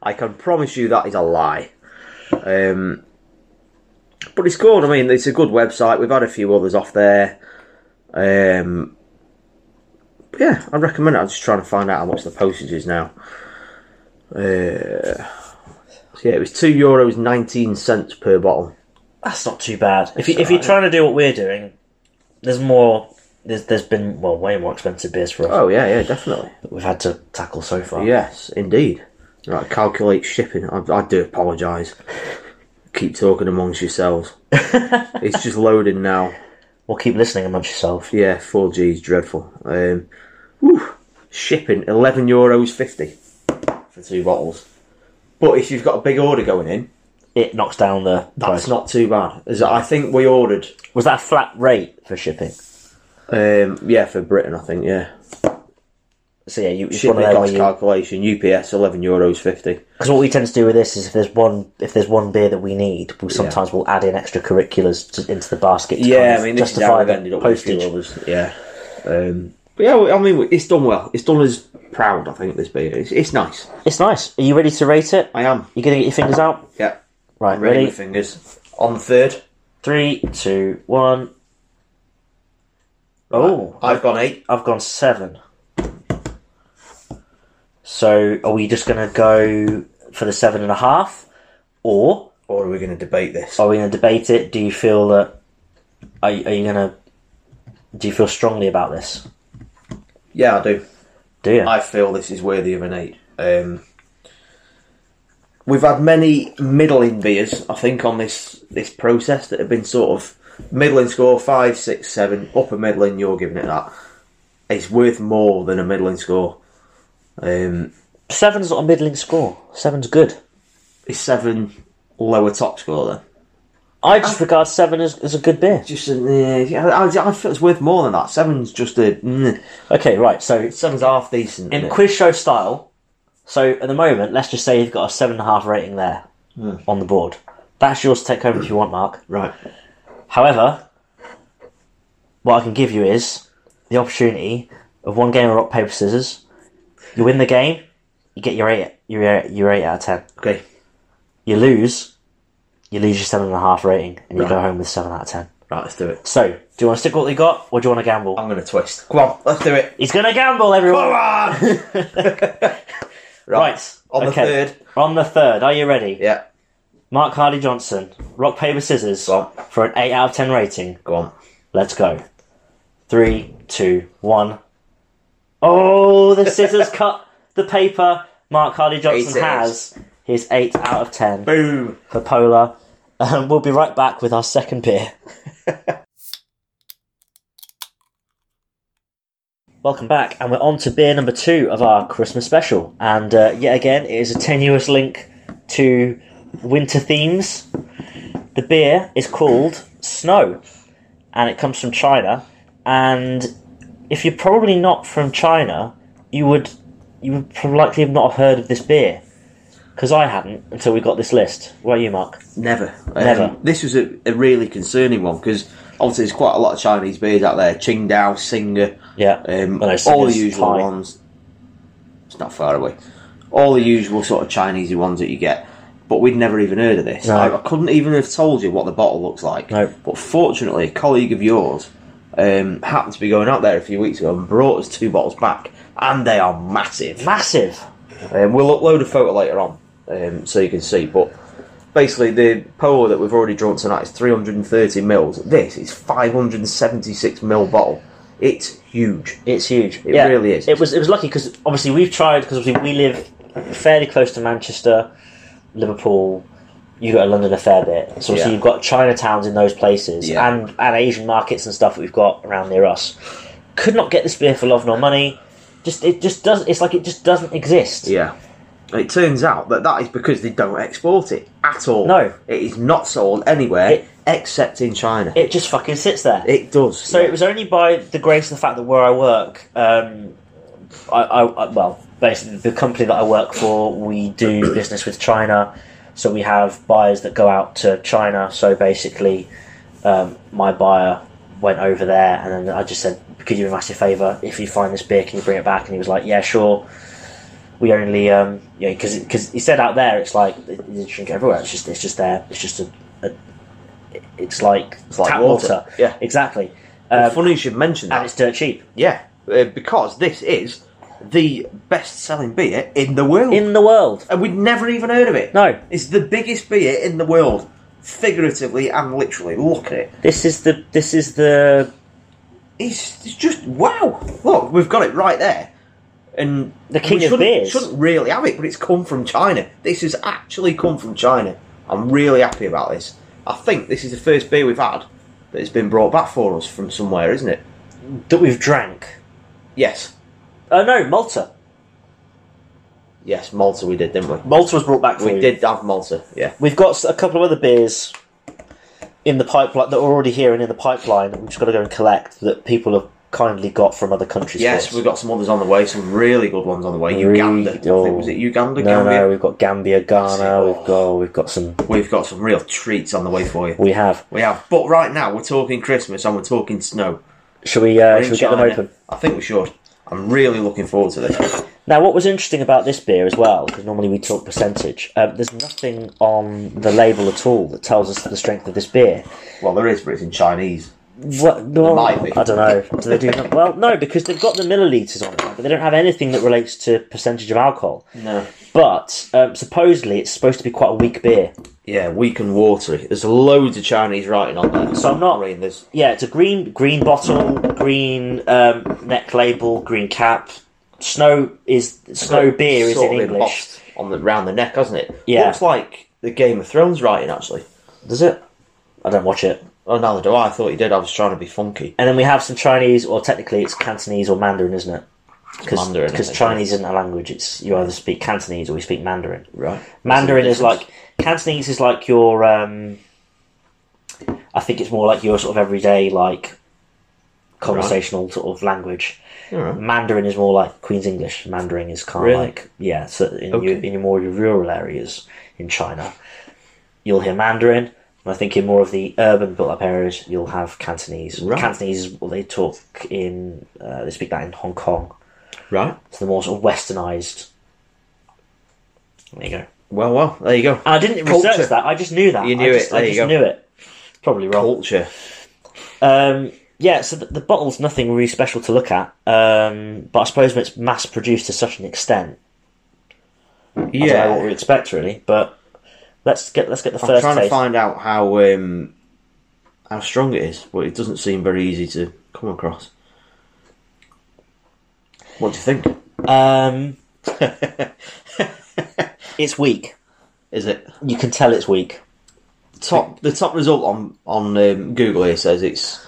Speaker 3: I can promise you that is a lie. Um, but it's good. I mean, it's a good website. We've had a few others off there. Um, but yeah, I'd recommend it. I'm just trying to find out how much the postage is now. Uh, so yeah, it was two euros nineteen cents per bottle.
Speaker 2: That's not too bad. If you, if you're trying to do what we're doing, there's more. There's there's been well way more expensive beers for us
Speaker 3: Oh yeah, yeah, definitely.
Speaker 2: that we've had to tackle so far.
Speaker 3: Yes, indeed. Right, calculate shipping. I, I do apologise. Keep talking amongst yourselves. it's just loading now.
Speaker 2: Well, keep listening amongst yourself.
Speaker 3: Yeah, four G is dreadful. Um, whew, shipping eleven euros fifty for two bottles. But if you've got a big order going in,
Speaker 2: It knocks down the
Speaker 3: that's
Speaker 2: price.
Speaker 3: not too bad. As I think we ordered
Speaker 2: Was that a flat rate for shipping?
Speaker 3: Um, yeah, for Britain, I think. Yeah,
Speaker 2: So yeah, you, it's one
Speaker 3: shipping
Speaker 2: of them where
Speaker 3: cost
Speaker 2: you
Speaker 3: calculation. UPS eleven euros fifty.
Speaker 2: Because what we tend to do with this is if there's one if there's one beer that we need, we sometimes we'll add in extracurriculars to, into the basket. To kind
Speaker 3: Yeah,
Speaker 2: of
Speaker 3: I mean, this is
Speaker 2: justify
Speaker 3: how we've
Speaker 2: the
Speaker 3: ended up
Speaker 2: postage.
Speaker 3: with a few others. Yeah, um, but yeah, I mean, it's done well. It's done as proud. I think this beer. It's, it's nice.
Speaker 2: It's nice. Are you ready to rate it?
Speaker 3: I am.
Speaker 2: You gonna get your fingers out?
Speaker 3: Yeah,
Speaker 2: Right,
Speaker 3: I'm rating
Speaker 2: ready?
Speaker 3: my fingers on the third.
Speaker 2: Three, two, one. Oh,
Speaker 3: I've gone eight.
Speaker 2: I've gone seven. So are we just gonna go for the seven and a half, or
Speaker 3: Or are we going to debate this?
Speaker 2: are we gonna debate it? Do you feel that? Are, you- are you gonna? Do you feel strongly about this?
Speaker 3: Yeah, I do.
Speaker 2: Do you?
Speaker 3: I feel this is worthy of an eight. Um, we've had many middling beers, I think, on this this process that have been sort of middling score five, six, seven, upper middling. You're giving it that. It's worth more than a middling score. Um,
Speaker 2: Seven's not a middling score. Seven's good.
Speaker 3: it's seven lower top score then.
Speaker 2: I just regard seven as, as a good beer.
Speaker 3: Just an, eh, I, I, I feel it's worth more than that. Seven's just a mm,
Speaker 2: Okay, right. So
Speaker 3: seven's half decent.
Speaker 2: in
Speaker 3: isn't it?
Speaker 2: quiz show style, so at the moment, let's just say you've got a seven and a half rating there on the board. That's yours to take home if you want, Mark.
Speaker 3: right?
Speaker 2: However, What I can give you is the opportunity of one game of rock paper scissors. You win the game, you get your eight, your eight, your eight out of ten.
Speaker 4: Okay.
Speaker 2: You lose, you lose your seven and a half rating, and you go home with seven out of ten.
Speaker 4: Right, let's do it.
Speaker 2: So, do you want to stick with what you got, or do you want to gamble?
Speaker 4: I'm going to twist. Come on, let's do it.
Speaker 2: He's gonna gamble, everyone.
Speaker 4: right.
Speaker 2: Right.
Speaker 4: On the
Speaker 2: okay.
Speaker 4: third.
Speaker 2: On the third, are you ready?
Speaker 4: Yeah.
Speaker 2: Mark Hardy Johnson, rock paper scissors
Speaker 4: Go on.
Speaker 2: for an eight out of ten rating.
Speaker 4: Go on.
Speaker 2: Let's go. Three, two, one. Oh, the scissors cut the paper. Mark Hardy Johnson
Speaker 4: Eight
Speaker 2: has his eight out of ten
Speaker 4: Boom.
Speaker 2: for Polar. Um, we'll be right back with our second beer. Welcome back, and we're on to beer number two of our Christmas special. And uh, yet again, it is a tenuous link to winter themes. The beer is called Snow, and it comes from China. And if you're probably not from China, you would you would prob- likely have not heard of this beer because I hadn't until we got this list. Where are you, Mark?
Speaker 3: Never.
Speaker 2: Never.
Speaker 3: Um, this was a, a really concerning one because obviously there's quite a lot of Chinese beers out there. Qingdao, Singer,
Speaker 2: Yeah, Well,
Speaker 3: um,
Speaker 2: no,
Speaker 3: all the
Speaker 2: Singer's
Speaker 3: usual
Speaker 2: Thai.
Speaker 3: ones. It's not far away. All the usual sort of Chinesey ones that you get. But we'd never even heard of this.
Speaker 2: No.
Speaker 3: I, I couldn't even have told you what the bottle looks like.
Speaker 2: No.
Speaker 3: But fortunately, a colleague of yours um, happened to be going out there a few weeks ago and brought us two bottles back, and they are massive.
Speaker 2: Massive.
Speaker 3: Um, we'll upload a photo later on um, so you can see. But basically, the polo that we've already drawn tonight is 330 mils. This is 576 mil bottle. It's huge.
Speaker 2: It's huge. It
Speaker 3: really is.
Speaker 2: It was. It was lucky because obviously we've tried because obviously we live fairly close to Manchester, Liverpool. You go to London a fair bit, so obviously
Speaker 3: Yeah.
Speaker 2: you've got Chinatowns in those places
Speaker 3: Yeah.
Speaker 2: and and Asian markets and stuff that we've got around near us. Could not get this beer for love nor money. Just it just does. It's like it just doesn't exist.
Speaker 3: Yeah. It turns out that that is because they don't export it at all.
Speaker 2: No.
Speaker 3: It is not sold anywhere
Speaker 2: It-
Speaker 3: except in China. It,
Speaker 2: It just fucking sits there.
Speaker 3: does.
Speaker 2: So it was only by the grace of the fact that where I work, um, I, I, I well, basically the company that I work for, we do business with China, so we have buyers that go out to China. So basically, um, my buyer went over there, and then I just said, "Could you do me a massive favour? If you find this beer, can you bring it back?" And he was like, "Yeah, sure." We only, um, you because because he said out there, it's like it- you drink it everywhere. It's just it's just there. It's just a, a it's like
Speaker 3: It's like
Speaker 2: tap
Speaker 3: water.
Speaker 2: water.
Speaker 3: Yeah.
Speaker 2: exactly.
Speaker 3: Well,
Speaker 2: Um,
Speaker 3: Uh, funny you should mention
Speaker 2: and
Speaker 3: that.
Speaker 2: it's dirt cheap
Speaker 3: Yeah. Uh, because this is the best selling beer in the world.
Speaker 2: in the world.
Speaker 3: and we'd never even heard of it.
Speaker 2: No.
Speaker 3: it's the biggest beer in the world, figuratively and literally. Look at it.
Speaker 2: This is the this is the
Speaker 3: It's, it's just wow. Look, we've got it right there. And
Speaker 2: The king
Speaker 3: we
Speaker 2: of
Speaker 3: shouldn't-
Speaker 2: beers.
Speaker 3: shouldn't really have it, but it's come from China. This has actually come from China. I'm really happy about this. I think this is the first beer we've had that has been brought back for us from somewhere, isn't it?
Speaker 2: that we've drank.
Speaker 3: Yes,
Speaker 2: Oh no, Malta.
Speaker 3: yes, Malta we did, didn't we?
Speaker 2: Malta was brought back. For
Speaker 3: We
Speaker 2: you.
Speaker 3: did have Malta. Yeah,
Speaker 2: We've got a couple of other beers in the pipeline that are already here and in the pipeline that we've just got to go and collect that people have kindly got from other countries.
Speaker 3: yes,
Speaker 2: for
Speaker 3: we've
Speaker 2: us.
Speaker 3: got some others on the way. Some really good ones on the way.
Speaker 2: Really-
Speaker 3: Uganda. I
Speaker 2: oh.
Speaker 3: think, was it Uganda?
Speaker 2: No,
Speaker 3: Gambia?
Speaker 2: no, we've got Gambia, Ghana.
Speaker 3: Oh.
Speaker 2: We've got we've got some.
Speaker 3: We've got some real treats on the way for you.
Speaker 2: We have.
Speaker 3: We have, but right now we're talking Christmas and we're talking snow.
Speaker 2: Shall we? Uh,
Speaker 3: We're
Speaker 2: shall
Speaker 3: in
Speaker 2: we get them
Speaker 3: China.
Speaker 2: open?
Speaker 3: I think we should. I'm really looking forward to this.
Speaker 2: Now, what was interesting about this beer as well, because normally we talk percentage, um, there's nothing on the label at all that tells us the strength of this beer.
Speaker 3: Well, there is, but it's in Chinese.
Speaker 2: What, well,
Speaker 3: might be.
Speaker 2: I don't know. Do they do that? Well, no, because they've got the milliliters on it, but they don't have anything that relates to percentage of alcohol.
Speaker 3: No.
Speaker 2: But um, supposedly it's supposed to be quite a weak beer.
Speaker 3: Yeah, weak and watery. There's loads of Chinese writing on there.
Speaker 2: So I'm not-
Speaker 3: I mean, there's
Speaker 2: Yeah, it's a green green bottle, green um, neck label, green cap. Snow is snow beer is
Speaker 3: sort
Speaker 2: in
Speaker 3: of
Speaker 2: English.
Speaker 3: embossed on the round the neck, hasn't it?
Speaker 2: Yeah.
Speaker 3: Looks like the Game of Thrones writing actually.
Speaker 2: Does it? I don't watch it.
Speaker 3: Oh, neither do I. I thought you did. I was trying to be funky.
Speaker 2: And then we have some Chinese, or technically it's Cantonese or Mandarin, isn't it?
Speaker 3: Mandarin, I
Speaker 2: Because
Speaker 3: think.
Speaker 2: Chinese isn't a language. It's you either speak Cantonese or you speak Mandarin.
Speaker 3: Right.
Speaker 2: Mandarin is
Speaker 3: difference?
Speaker 2: like Cantonese is like your. Um, I think it's more like your sort of everyday like conversational sort of language.
Speaker 3: Alright.
Speaker 2: Mandarin is more like Queen's English. Mandarin is kind of
Speaker 3: Really?
Speaker 2: like yeah. So in
Speaker 3: Okay.
Speaker 2: your in your more rural areas in China, you'll hear Mandarin. And I think in more of the urban built-up areas, you'll have Cantonese.
Speaker 3: Right.
Speaker 2: Cantonese is what they talk in. Uh, they speak that in Hong Kong.
Speaker 3: Right.
Speaker 2: It's the more sort of westernized. There you go.
Speaker 3: Well, well, there you go.
Speaker 2: And I didn't
Speaker 3: Culture.
Speaker 2: research that. I just knew that.
Speaker 3: You knew
Speaker 2: I just,
Speaker 3: it.
Speaker 2: I
Speaker 3: There you
Speaker 2: just
Speaker 3: go.
Speaker 2: knew it. Probably wrong.
Speaker 3: Culture.
Speaker 2: Um, yeah, so the, the bottle's nothing really special to look at, um, but I suppose when it's mass produced to such an extent, I don't know what
Speaker 3: Yeah.
Speaker 2: we expect really. But let's get let's get the
Speaker 3: I'm
Speaker 2: first
Speaker 3: trying to
Speaker 2: taste.
Speaker 3: find out how um, how strong it is, but it doesn't seem very easy to come across. What do you think?
Speaker 2: Um, it's weak.
Speaker 3: Is it
Speaker 2: You can tell it's weak.
Speaker 3: top? The top result on on um, Google here says it's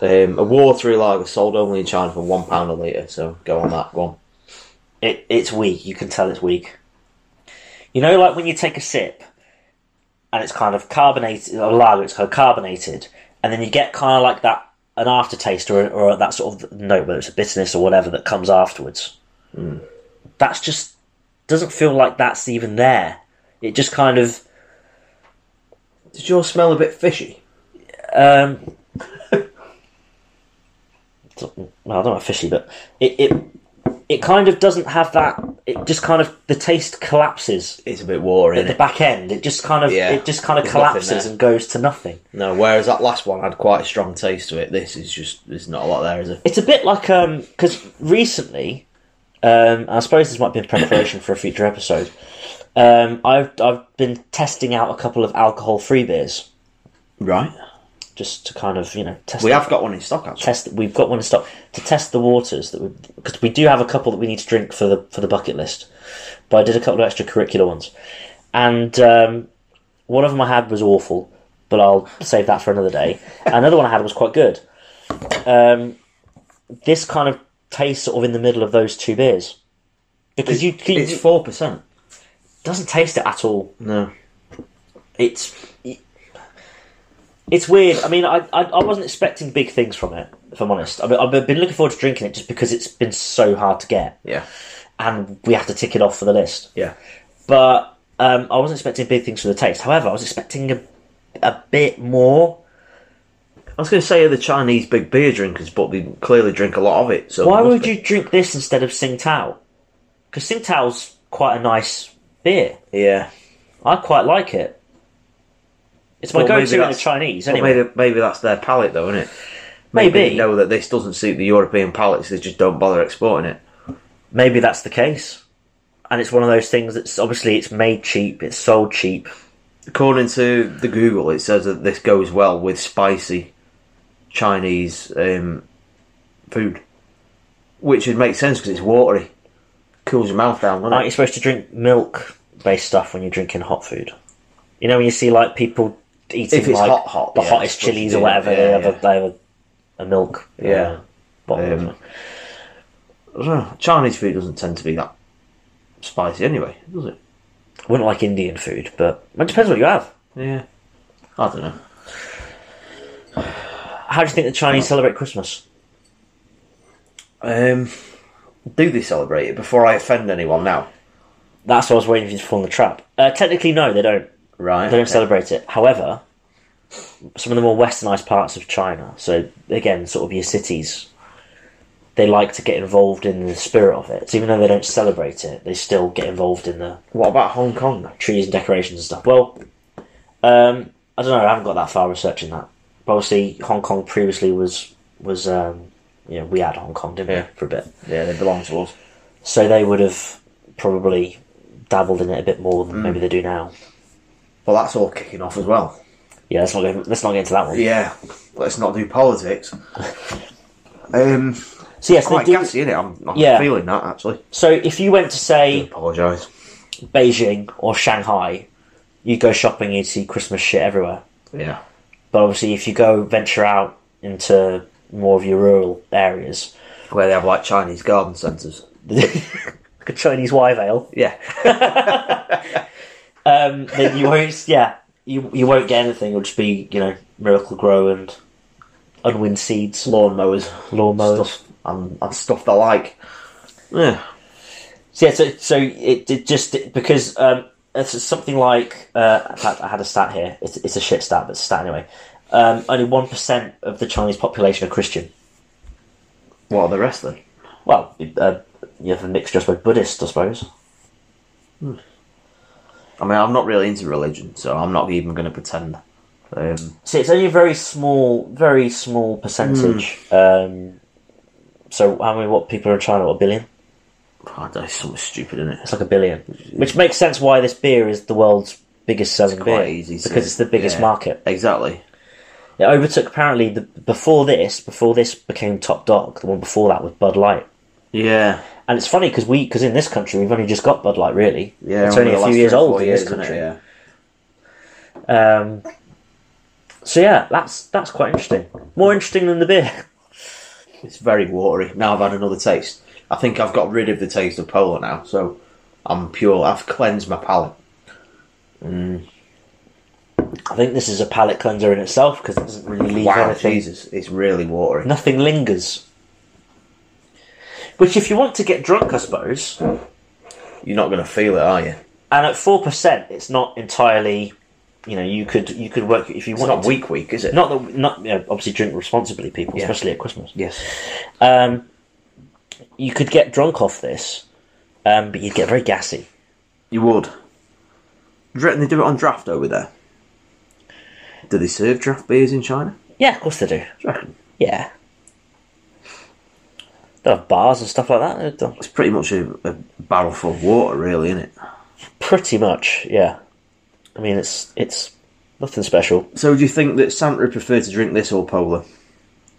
Speaker 3: um, a watery lager sold only in China for one pound a liter. So go on that one.
Speaker 2: It it's weak. You can tell it's weak. You know, like when you take a sip, and it's kind of carbonated. A lager, it's kind of carbonated, and then you get kind of like that an aftertaste or or that sort of note, whether it's a bitterness or whatever that comes afterwards. That's just doesn't feel like that's even there. It just kind of
Speaker 3: Does yours smell a bit fishy?
Speaker 2: Um, it's not- well, I don't know officially, but it, it it kind of doesn't have that. It just kind of the taste collapses
Speaker 3: It's a bit watery.
Speaker 2: at the back end. It just kind of
Speaker 3: Yeah.
Speaker 2: it just kind of
Speaker 3: There's nothing
Speaker 2: collapses
Speaker 3: there.
Speaker 2: and goes to nothing.
Speaker 3: No, whereas that last one had quite a strong taste to it. This is just there's not a lot there, is it?
Speaker 2: It's a bit like um because recently, um, I suppose this might be in preparation for a future episode. Um, I've I've been testing out a couple of alcohol-free beers
Speaker 3: Right.
Speaker 2: just to kind of you know test
Speaker 3: We
Speaker 2: it.
Speaker 3: have got one in stock actually.
Speaker 2: test we've got one in stock to test the waters that we because we do have a couple that we need to drink for the for the bucket list but i did a couple of extracurricular ones and um, one of them i had was awful but i'll save that for another day another one i had was quite good um, this kind of tastes sort of in the middle of those two beers because you, you
Speaker 3: It's four percent.
Speaker 2: doesn't taste it at all
Speaker 3: No.
Speaker 2: it's it's weird. I mean, I, I I wasn't expecting big things from it. If I'm honest, I mean, I've been looking forward to drinking it just because it's been so hard to get,
Speaker 3: Yeah.
Speaker 2: and we have to tick it off for the list.
Speaker 3: Yeah.
Speaker 2: But um, I wasn't expecting big things from the taste. However, I was expecting a a bit more.
Speaker 3: I was going to say the Chinese big beer drinkers, but they clearly drink a lot of it. So
Speaker 2: Why
Speaker 3: they must
Speaker 2: would
Speaker 3: be-
Speaker 2: you drink this instead of Tsingtao? Because Tsingtao's quite a nice beer.
Speaker 3: Yeah.
Speaker 2: I quite like it. It's my
Speaker 3: Well, maybe
Speaker 2: go-to in the
Speaker 3: that's-
Speaker 2: Chinese
Speaker 3: But
Speaker 2: anyway.
Speaker 3: maybe maybe that's their palate, though, isn't it?
Speaker 2: Maybe.
Speaker 3: they know that this doesn't suit the European palates. They just don't bother exporting it.
Speaker 2: maybe that's the case and it's one of those things that's obviously it's made cheap it's sold cheap
Speaker 3: According to the Google, it says that this goes well with spicy Chinese um, food, which would make sense because it's watery, cools your mouth
Speaker 2: aren't
Speaker 3: down,
Speaker 2: you
Speaker 3: doesn't it?
Speaker 2: supposed to drink milk based stuff when you're drinking hot food you know when you see like people eating
Speaker 3: If it's
Speaker 2: like
Speaker 3: hot, hot,
Speaker 2: the
Speaker 3: yeah,
Speaker 2: hottest
Speaker 3: it's what you
Speaker 2: chilies
Speaker 3: do,
Speaker 2: or whatever
Speaker 3: yeah,
Speaker 2: they, have
Speaker 3: yeah.
Speaker 2: A, they have a, a milk
Speaker 3: Yeah.
Speaker 2: uh, bottle of
Speaker 3: Um,
Speaker 2: it.
Speaker 3: I don't know. Chinese food doesn't tend to be that spicy anyway, does it?
Speaker 2: wouldn't like indian food but it depends what you have
Speaker 3: Yeah, I don't know.
Speaker 2: how do you think the
Speaker 3: Oh.
Speaker 2: chinese celebrate christmas
Speaker 3: Um, do they celebrate it before I offend anyone now?
Speaker 2: that's what i was waiting for you to fall in the trap uh, technically no they don't
Speaker 3: Right.
Speaker 2: They don't
Speaker 3: okay.
Speaker 2: celebrate it. However, some of the more westernized parts of China, so again, sort of your cities, they like to get involved in the spirit of it. So even though they don't celebrate it, they still get involved in the
Speaker 3: What about Hong Kong?
Speaker 2: trees and decorations and stuff. Well, um, I don't know. I haven't got that far researching that. But obviously, Hong Kong previously was was um, you know we had Hong Kong, didn't
Speaker 3: Yeah.
Speaker 2: we, for a bit?
Speaker 3: Yeah, they belong to us.
Speaker 2: So they would have probably dabbled in it a bit more
Speaker 3: Mm.
Speaker 2: than maybe they do now.
Speaker 3: Well, that's all kicking off as well.
Speaker 2: Yeah, let's not get, let's not get into that one.
Speaker 3: Yeah, let's not do politics. um,
Speaker 2: So yes, they
Speaker 3: quite
Speaker 2: do.
Speaker 3: gassy, is I'm, I'm
Speaker 2: Yeah.
Speaker 3: feeling that actually.
Speaker 2: So if you went to say
Speaker 3: Apologise.
Speaker 2: Beijing or Shanghai, you'd go shopping, you'd see Christmas shit everywhere.
Speaker 3: Yeah.
Speaker 2: But obviously, if you go venture out into more of your rural areas,
Speaker 3: Where they have like Chinese garden centres.
Speaker 2: like a Chinese wive ale,
Speaker 3: Yeah.
Speaker 2: um, then you won't. Yeah, you you won't get anything. It'll just be you know Miracle Grow and Unwind Seeds,
Speaker 3: Lawnmowers.
Speaker 2: lawnmowers.
Speaker 3: Stuff and, and stuff they like. Yeah.
Speaker 2: So yeah, so, so it, it just because um, it's something like uh, in fact, I had a stat here. It's, it's a shit stat, but it's a stat anyway. Um, only one percent of the Chinese population are Christian.
Speaker 3: What are the rest then?
Speaker 2: Well, uh, you have a mixture, I suppose, Buddhist, I suppose.
Speaker 3: I mean, I'm not really into religion, so I'm not even going to pretend. Um,
Speaker 2: See, it's only a very small, very small percentage.
Speaker 3: Hmm.
Speaker 2: Um, so, how many what people are in China? What, a billion?
Speaker 3: I don't know, it's something stupid in it.
Speaker 2: It's like a billion, which makes sense why this beer is the world's biggest selling
Speaker 3: quite
Speaker 2: beer
Speaker 3: easy to-
Speaker 2: because it's the biggest
Speaker 3: yeah.
Speaker 2: market.
Speaker 3: Exactly.
Speaker 2: It overtook apparently the, before this, before this became top dog. The one before that was Bud Light.
Speaker 3: Yeah.
Speaker 2: And it's funny because we, because in this country, we've only just got Bud Light. Really,
Speaker 3: Yeah.
Speaker 2: it's
Speaker 3: over
Speaker 2: only
Speaker 3: the
Speaker 2: a
Speaker 3: last
Speaker 2: few
Speaker 3: three
Speaker 2: years
Speaker 3: or
Speaker 2: old
Speaker 3: four
Speaker 2: in this
Speaker 3: years, isn't it?
Speaker 2: country.
Speaker 3: Yeah.
Speaker 2: Um, so yeah, that's that's quite interesting. More interesting than the beer.
Speaker 3: It's very watery. Now I've had another taste. I think I've got rid of the taste of Polar now, so I'm pure. I've cleansed my palate.
Speaker 2: I think this is a palate cleanser in itself because it doesn't really leave
Speaker 3: Wow,
Speaker 2: anything.
Speaker 3: Jesus, it's really watery.
Speaker 2: Nothing lingers. Which, if you want to get drunk, I suppose, and
Speaker 3: You're not going to feel it, are you?
Speaker 2: at four percent, it's not entirely. You know, you could you could work if you
Speaker 3: It's
Speaker 2: want.
Speaker 3: not
Speaker 2: to-
Speaker 3: weak, weak, is it?
Speaker 2: Not that not you know, obviously drink responsibly, people,
Speaker 3: Yeah.
Speaker 2: especially at Christmas.
Speaker 3: Yes.
Speaker 2: Um, you could get drunk off this, um, but you'd get very gassy.
Speaker 3: You would. Do you reckon they do it on draft over there? Do they serve draft beers in China?
Speaker 2: Yeah, of course they do.
Speaker 3: Do you reckon?
Speaker 2: Yeah. They'll have bars and stuff like that. They'll-
Speaker 3: It's pretty much a, a barrel full of water, really, isn't it?
Speaker 2: Pretty much, yeah. I mean, it's it's nothing special.
Speaker 3: So, do you think that Santa would prefer to drink this or Polar?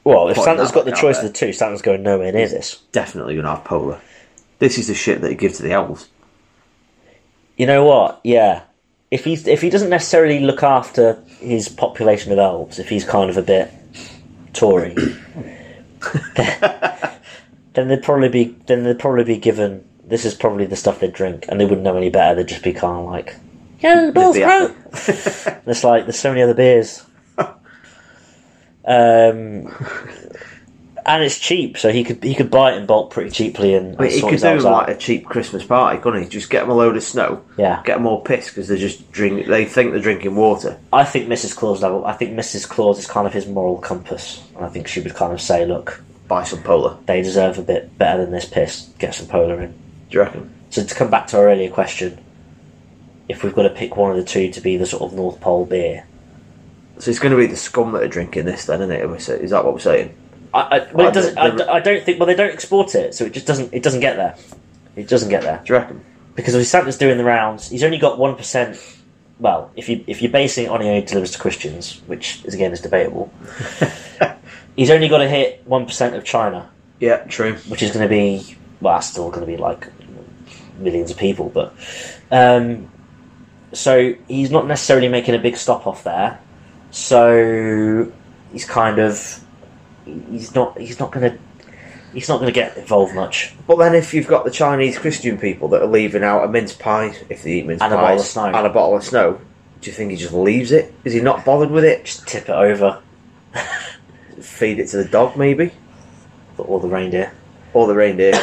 Speaker 2: Well, if
Speaker 3: Quite
Speaker 2: Santa's got the
Speaker 3: dark,
Speaker 2: choice of
Speaker 3: aren't
Speaker 2: the two, Santa's going nowhere near this.
Speaker 3: Definitely going to have Polar. This is the shit that he gives to the elves.
Speaker 2: You know what? Yeah. If he's if he doesn't necessarily look after his population of elves, if he's kind of a bit Tory, then, then they'd probably be then they'd probably be given this is probably the stuff they drink, and they wouldn't know any better. They'd just be kind of like, "Yo, Bill's
Speaker 3: be
Speaker 2: throat." it's like there's so many other beers. Um, and it's cheap, so he could he could buy it in bulk pretty cheaply and, and
Speaker 3: He
Speaker 2: sort
Speaker 3: could
Speaker 2: his
Speaker 3: do
Speaker 2: elves out.
Speaker 3: like a cheap Christmas party, couldn't he? Just get them a load of snow,
Speaker 2: Yeah.
Speaker 3: get them all pissed because they just drink. They think they're drinking water.
Speaker 2: I think Mrs. Claus level. I think Mrs. Claus is kind of his moral compass, and I think she would kind of say, "Look,
Speaker 3: Buy some Polar.
Speaker 2: they deserve a bit better than this piss. Get some polar in."
Speaker 3: Do you reckon?
Speaker 2: So to come back to our earlier question, if we've got to pick one of the two to be the sort of North Pole beer,
Speaker 3: So it's going to be the scum that are drinking this, then, isn't it? We're say- Is that what we're saying?
Speaker 2: I, I well,
Speaker 3: Well,
Speaker 2: it doesn't.
Speaker 3: the-
Speaker 2: I,
Speaker 3: the-
Speaker 2: I don't think. Well, they don't export it, so it just doesn't. It doesn't get there. It doesn't get there
Speaker 3: Do you reckon?
Speaker 2: because if Santa's doing the rounds, he's only got one percent. Well, if you if you're basing it on he only delivers to Christians, which is again is debatable, he's only got to hit one percent of China.
Speaker 3: Yeah, true.
Speaker 2: which is going to be well, that's still going to be like millions of people, but um, so he's not necessarily making a big stop off there. So he's kind of he's not he's not going to he's not going to get involved much.
Speaker 3: But then if you've got the Chinese Christian people that are leaving out a mince pie, if they eat mince
Speaker 2: And a
Speaker 3: pies,
Speaker 2: bottle of snow.
Speaker 3: and a bottle of snow, do you think he just leaves it? Is he not bothered with it?
Speaker 2: Just tip it over
Speaker 3: Just feed it to the dog, maybe,
Speaker 2: or the reindeer.
Speaker 3: or the reindeer,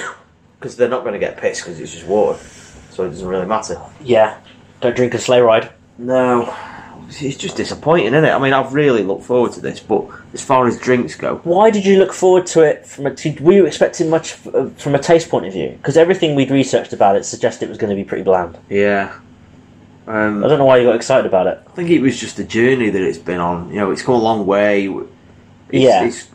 Speaker 3: because they're not going to get pissed because it's just water, so it doesn't really matter.
Speaker 2: Yeah, don't drink a sleigh ride.
Speaker 3: No, it's just disappointing, isn't it? I mean, I've really looked forward to this, but as far as drinks go,
Speaker 2: Why did you look forward to it? From a, did- were you expecting much uh, from a taste point of view? Because everything we'd researched about it suggested it was going to be pretty bland.
Speaker 3: yeah. Um,
Speaker 2: I don't know why you got excited about it.
Speaker 3: I think it was just the journey that it's been on. You know, it's come a long way. It's,
Speaker 2: Yeah.
Speaker 3: It's,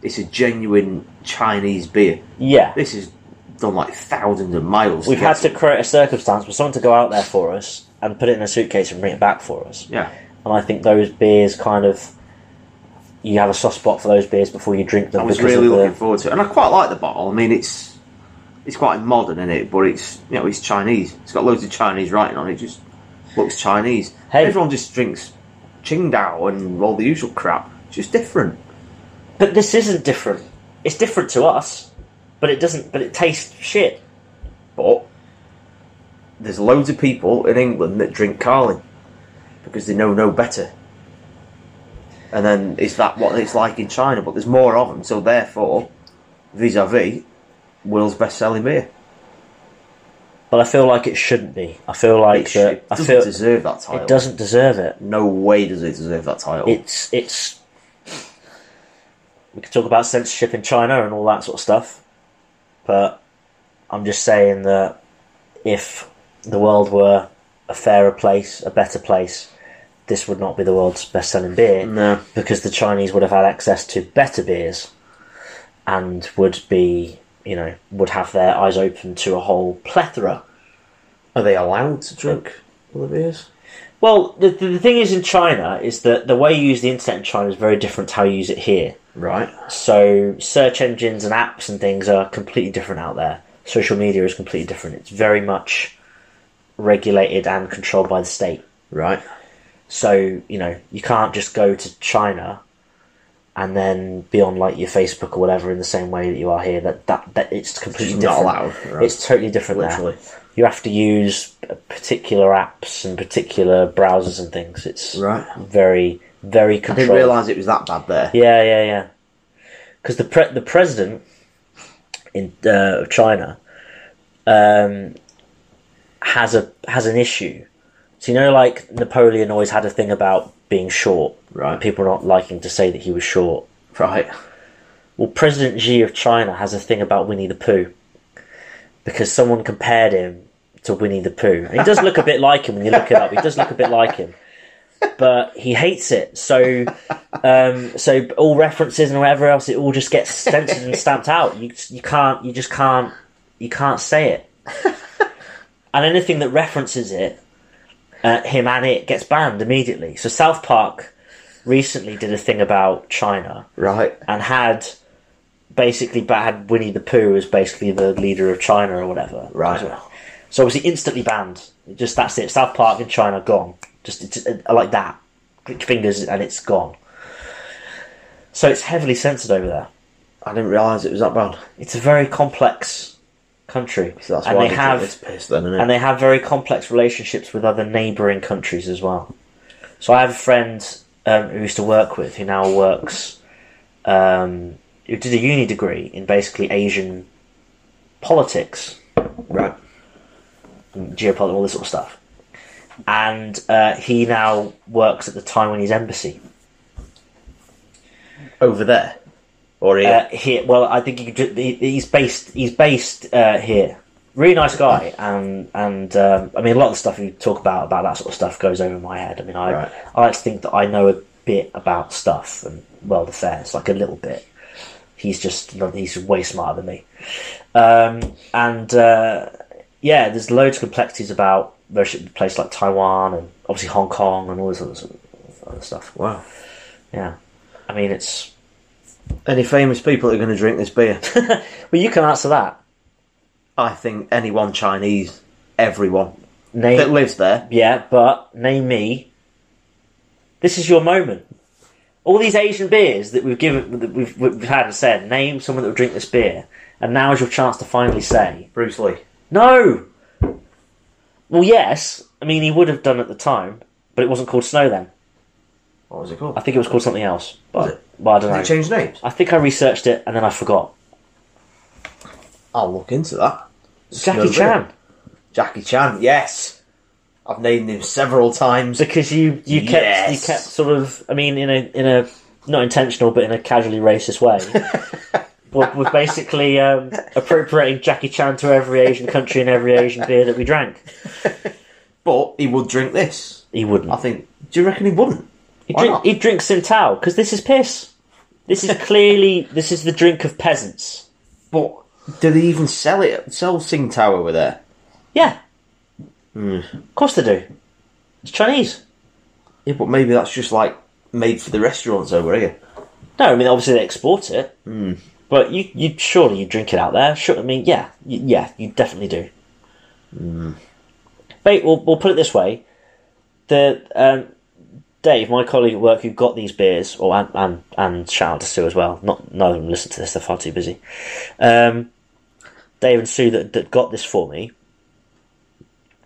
Speaker 3: it's a genuine Chinese beer.
Speaker 2: Yeah.
Speaker 3: This has done like thousands of miles.
Speaker 2: We've
Speaker 3: get
Speaker 2: had to create a circumstance for someone to go out there for us and put it in a suitcase and bring it back for us.
Speaker 3: Yeah.
Speaker 2: And I think those beers kind of. You have a soft spot for those beers before you drink them.
Speaker 3: I was
Speaker 2: because
Speaker 3: really
Speaker 2: of the-
Speaker 3: looking forward to it. And I quite like the bottle. I mean, it's it's quite modern in it, but it's, you know, it's Chinese. It's got loads of Chinese writing on it. It just looks Chinese.
Speaker 2: Hey.
Speaker 3: Everyone just drinks Qingdao and all the usual crap. It's just different.
Speaker 2: But this isn't different. It's different to us, but it doesn't. But it tastes shit.
Speaker 3: But there's loads of people in England that drink Carling because they know no better. And then is that what it's like in China? But there's more of them, so therefore, vis-a-vis, world's best-selling beer.
Speaker 2: but I feel like it shouldn't be. I feel like
Speaker 3: It
Speaker 2: that.
Speaker 3: should-
Speaker 2: I
Speaker 3: doesn't
Speaker 2: feel
Speaker 3: deserve that title.
Speaker 2: it doesn't deserve it.
Speaker 3: No way does it deserve that title.
Speaker 2: It's it's. We could talk about censorship in China and all that sort of stuff, but I'm just saying that if the world were a fairer place, a better place, this would not be the world's best-selling beer
Speaker 3: no.
Speaker 2: because the Chinese would have had access to better beers and would be, you know, would have their eyes open to a whole plethora.
Speaker 3: Are they allowed to drink other beers?
Speaker 2: Well, the, the, the thing is in China is that the way you use the internet in China is very different to how you use it here.
Speaker 3: Right.
Speaker 2: So search engines and apps and things are completely different out there. Social media is completely different. It's very much regulated and controlled by the state.
Speaker 3: Right.
Speaker 2: So, you know, you can't just go to China and then be on like your Facebook or whatever in the same way that you are here. That that, that it's completely
Speaker 3: It's not
Speaker 2: different.
Speaker 3: allowed. Right.
Speaker 2: It's totally different there.
Speaker 3: Literally.
Speaker 2: You have to use particular apps and particular browsers and things. It's
Speaker 3: Right.
Speaker 2: very very
Speaker 3: I
Speaker 2: controlled.
Speaker 3: didn't realise it was that bad there.
Speaker 2: Yeah, yeah, yeah. Because the pre- the president in uh, of China um, has a has an issue. So you know, like Napoleon always had a thing about being short,
Speaker 3: Right.
Speaker 2: People not liking to say that he was short.
Speaker 3: Right.
Speaker 2: Well, President Xi of China has a thing about Winnie the Pooh because someone compared him to Winnie the Pooh. And he does look a bit like him when you look it up. He does look a bit like him, but he hates it. So, um, so all references and whatever else, it all just gets censored and stamped out. You you can't you just can't you can't say it. And anything that references it, uh, him and it gets banned immediately. So South Park recently did a thing about China
Speaker 3: Right.
Speaker 2: and had basically ba- had Winnie the Pooh as basically the leader of China or whatever.
Speaker 3: Right.
Speaker 2: So obviously instantly banned. It just that's it. South Park in China gone. Just it's, uh, like that. Click your fingers and it's gone. So it's heavily censored over there.
Speaker 3: I didn't realise it was that bad.
Speaker 2: It's a very complex country,
Speaker 3: So that's
Speaker 2: and
Speaker 3: why
Speaker 2: they
Speaker 3: I
Speaker 2: have
Speaker 3: It's pissed then, isn't it?
Speaker 2: and they have very complex relationships with other neighbouring countries as well. So I have a friend um, who used to work with, who now works, um, who did a uni degree in basically Asian politics,
Speaker 3: right.
Speaker 2: geopolitics, all this sort of stuff. And uh, he now works at the Taiwanese embassy.
Speaker 3: Over there. Or here.
Speaker 2: Uh, here, well, I think he, could- he, he's based. He's based uh, here. Really nice guy, and and um, I mean a lot of the stuff you talk about about that sort of stuff goes over my head. I mean, I
Speaker 3: Right.
Speaker 2: I like to think that I know a bit about stuff and world affairs, like a little bit. He's just he's way smarter than me, um, and uh, yeah, there's loads of complexities about worship place like Taiwan and obviously Hong Kong and all this other, other stuff.
Speaker 3: wow.
Speaker 2: Yeah, I mean it's
Speaker 3: Any famous people that are going to drink this beer?
Speaker 2: well you can answer that.
Speaker 3: I think anyone Chinese, everyone
Speaker 2: Name
Speaker 3: that lives there.
Speaker 2: Yeah, but name me. This is your moment. All these Asian beers that we've given, that we've, we've had and said, name someone that will drink this beer, and now is your chance to finally say
Speaker 3: Bruce Lee.
Speaker 2: no. Well, yes, I mean he would have done at the time, but it wasn't called Snow then.
Speaker 3: What was it called?
Speaker 2: I think it was called something else,
Speaker 3: Was
Speaker 2: but,
Speaker 3: it?
Speaker 2: but I don't know.
Speaker 3: Did it change names?
Speaker 2: I think I researched it and then I forgot.
Speaker 3: I'll look into that.
Speaker 2: Jackie
Speaker 3: Snow
Speaker 2: Chan,
Speaker 3: Beer. Jackie Chan, yes. I've named him several times.
Speaker 2: because you you kept you
Speaker 3: Yes.
Speaker 2: kept sort of, I mean, in a in a not intentional but in a casually racist way. We're we're basically um, appropriating Jackie Chan to every Asian country and every Asian beer that we drank.
Speaker 3: But he would drink this.
Speaker 2: He
Speaker 3: I
Speaker 2: wouldn't.
Speaker 3: think. Do you reckon he wouldn't?
Speaker 2: He,
Speaker 3: why
Speaker 2: drink,
Speaker 3: not?
Speaker 2: he drinks Sintao because this is piss. This is clearly this is the drink of peasants.
Speaker 3: But do they even sell it? Sell Sing Tower over there?
Speaker 2: Yeah, of course they do. It's Chinese.
Speaker 3: Yeah, but maybe that's just like made for the restaurants over here.
Speaker 2: No, I mean obviously they export it, but you you surely you drink it out there. Sure, I mean yeah, y- yeah, you definitely do. Ba- we'll, we'll put it this way: the um, Dave, my colleague at work, who got these beers, or and and, and shout out to Sue as well. Not none of them listen to this; they're far too busy. Um, Dave and Sue that, that got this for me,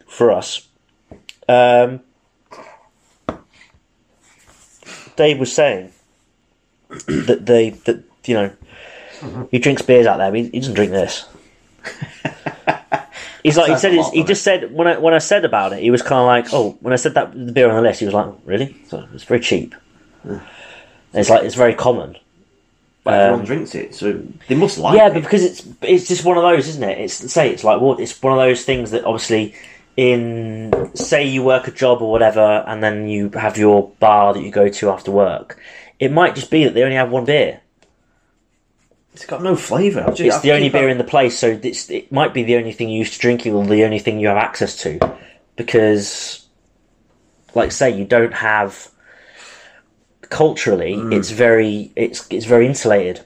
Speaker 2: for us. Um, Dave was saying that they that you know he drinks beers out there, but he, he doesn't drink this. He's like he
Speaker 3: Sounds
Speaker 2: said.
Speaker 3: a
Speaker 2: It's,
Speaker 3: lot,
Speaker 2: he
Speaker 3: doesn't
Speaker 2: just said when I when I said about it, he was kind of like, oh, when I said that the beer on the list, he was like, "Oh, really? So it's very cheap. And it's like it's very common.
Speaker 3: But everyone drinks it, so they must like
Speaker 2: Um, Yeah,
Speaker 3: it.
Speaker 2: but because it's it's just one of those, isn't it? It's say it's like what it's one of those things that obviously in say you work a job or whatever, and then you have your bar that you go to after work. It might just be that they only have one beer.
Speaker 3: It's got no flavour. I've just-
Speaker 2: It's
Speaker 3: I've
Speaker 2: the only
Speaker 3: keep-
Speaker 2: beer in the place, so it's, it might be the only thing you used to drinking or the only thing you have access to, because, like say, you don't have. Culturally, it's very it's it's very insulated.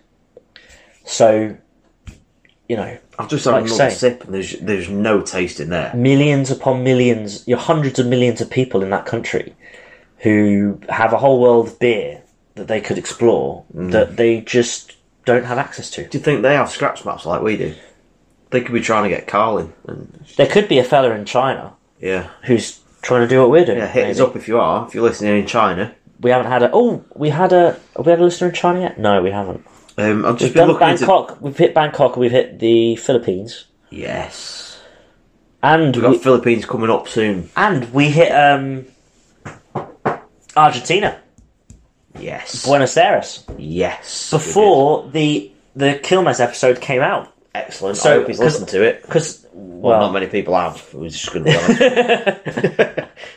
Speaker 2: So, you know,
Speaker 3: I've just had
Speaker 2: like say.
Speaker 3: another sip, and there's there's no taste in there.
Speaker 2: millions upon millions, you're hundreds of millions of people in that country who have a whole world of beer that they could explore
Speaker 3: Mm.
Speaker 2: that they just don't have access to.
Speaker 3: Do you think they have scratch maps like we do? They could be trying to get Carlin. And,
Speaker 2: There could be a fella in China
Speaker 3: yeah,
Speaker 2: who's trying to do what we're doing.
Speaker 3: yeah. Hit us
Speaker 2: maybe.
Speaker 3: up if you are. If you're listening in China,
Speaker 2: We haven't had a. Oh, we had a. Have we had a listener in China yet? No, we haven't.
Speaker 3: um, I've
Speaker 2: We've
Speaker 3: just
Speaker 2: done
Speaker 3: been looking into-
Speaker 2: Bangkok. We've hit Bangkok. We've hit the Philippines,
Speaker 3: Yes,
Speaker 2: and
Speaker 3: we've got
Speaker 2: we,
Speaker 3: Philippines coming up soon.
Speaker 2: and we hit um, Argentina,
Speaker 3: Yes,
Speaker 2: Buenos Aires
Speaker 3: yes. we
Speaker 2: before the the Kilmes episode came out.
Speaker 3: did. excellent.
Speaker 2: so-
Speaker 3: I hope he's listened to it.
Speaker 2: Because
Speaker 3: Well,
Speaker 2: well,
Speaker 3: not many people have. We're just going to be honest.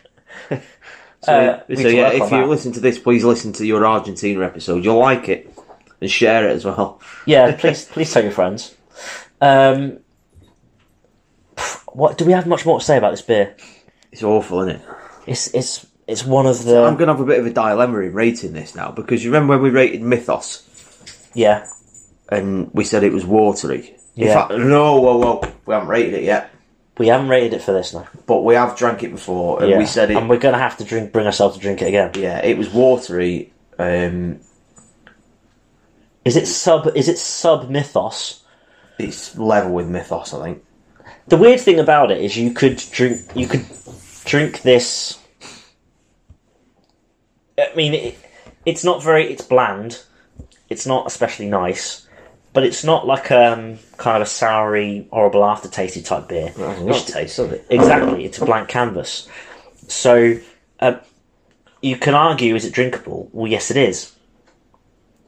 Speaker 3: So,
Speaker 2: Uh, we
Speaker 3: so
Speaker 2: can
Speaker 3: yeah,
Speaker 2: work
Speaker 3: if
Speaker 2: on
Speaker 3: you
Speaker 2: that.
Speaker 3: listen to this, please listen to your Argentina episode. You'll like it and share it as well.
Speaker 2: yeah, please please tell your friends. Um, pff, what do we have much more to say about this beer?
Speaker 3: It's awful, isn't it?
Speaker 2: It's it's it's one of the
Speaker 3: I'm going to have a bit of a dilemma in rating this now because you remember when we rated Mythos
Speaker 2: yeah
Speaker 3: and we said it was watery. In
Speaker 2: Yeah.
Speaker 3: fact, no, whoa, whoa, we haven't rated it yet,
Speaker 2: we haven't rated it for this now.
Speaker 3: but we have drank it before and
Speaker 2: Yeah.
Speaker 3: we said it.
Speaker 2: and we're gonna have to drink, bring ourselves to drink it again.
Speaker 3: yeah, it was watery. Um,
Speaker 2: Is it sub? Is it sub mythos?
Speaker 3: it's level with Mythos, I think.
Speaker 2: The weird thing about it is you could drink. You could drink this. I mean, it, it's not very. It's bland. It's not especially nice, but it's not like um kind of a soury, horrible aftertasty type beer.
Speaker 3: It's taste of it.
Speaker 2: Exactly, it's a blank canvas. So, uh, you can argue, is it drinkable? Well, yes, it is.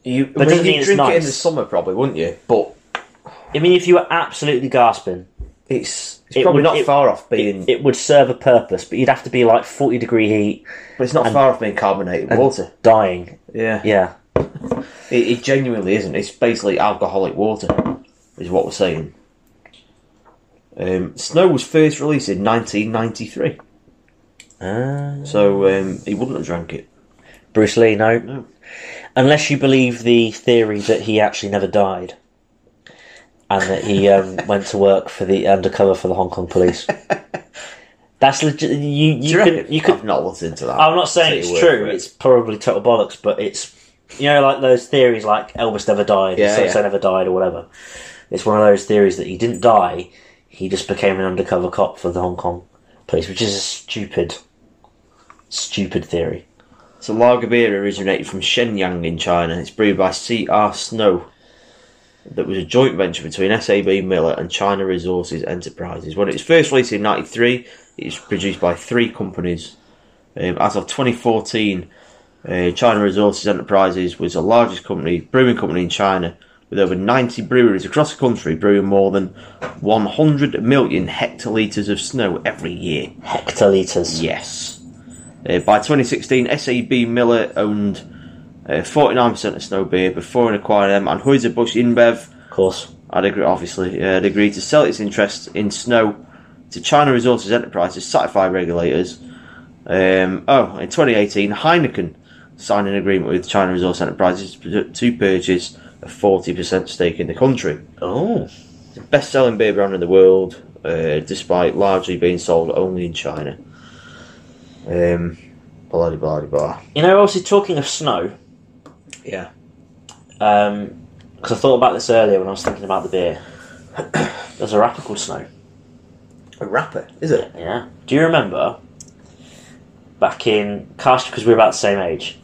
Speaker 3: You,
Speaker 2: it
Speaker 3: I mean,
Speaker 2: doesn't mean
Speaker 3: you'd
Speaker 2: it's
Speaker 3: drink it in
Speaker 2: nice.
Speaker 3: the summer, probably, wouldn't you? But
Speaker 2: I mean, if you were absolutely gasping,
Speaker 3: it's, it's
Speaker 2: It
Speaker 3: probably
Speaker 2: would-
Speaker 3: not
Speaker 2: it-
Speaker 3: far off being.
Speaker 2: it would serve a purpose, but you'd have to be like 40 degree heat,
Speaker 3: but it's not far off being carbonated water.
Speaker 2: dying.
Speaker 3: Yeah,
Speaker 2: Yeah.
Speaker 3: It, it genuinely isn't. It's basically alcoholic water, is what we're saying. Um, Snow was first released in 1993,
Speaker 2: Uh,
Speaker 3: so um, he wouldn't have drank it.
Speaker 2: Bruce Lee, no. Unless you believe the theory that he actually never died and that he um, went to work for the undercover for the Hong Kong police. That's legit. You, you, can, you
Speaker 3: I've
Speaker 2: could.
Speaker 3: not looked into that.
Speaker 2: I'm not
Speaker 3: Take
Speaker 2: saying it's
Speaker 3: your word
Speaker 2: true.
Speaker 3: for it.
Speaker 2: It's probably total bollocks, but it's you know like those theories like Elvis never died,
Speaker 3: Yeah,
Speaker 2: so so
Speaker 3: yeah.
Speaker 2: never died, or whatever. It's one of those theories that he didn't die. He just became an undercover cop for the Hong Kong police, which is a stupid, stupid theory.
Speaker 3: So lager beer originated from Shenyang in China. It's brewed by C.R. Snow. That was a joint venture between SAB Miller and China Resources Enterprises. When it was first released in '93, it was produced by three companies. Um, as of 2014, uh, China Resources Enterprises was the largest company brewing company in China, with over 90 breweries across the country brewing more than 100 million hectolitres of snow every year.
Speaker 2: Hectoliters.
Speaker 3: Yes. Uh, by 2016, SAB Miller owned uh, 49% of Snow Beer before acquiring them, and Anheuser-Busch InBev
Speaker 2: Of course.
Speaker 3: had agreed, obviously, uh, had agreed to sell its interest in Snow to China Resources Enterprise to satisfy regulators. Um, oh, in 2018, Heineken signed an agreement with China Resources Enterprises to to purchase a 40% stake in the country
Speaker 2: Oh.
Speaker 3: best selling beer brand in the world, uh, despite largely being sold only in China. Um, blah de blah de blah.
Speaker 2: You know, obviously talking of snow,
Speaker 3: Yeah.
Speaker 2: because I thought about this earlier when I was thinking about the beer. There's a rapper called Snow.
Speaker 3: A rapper, is it?
Speaker 2: Yeah. Do you remember back in cast because we were about the same age?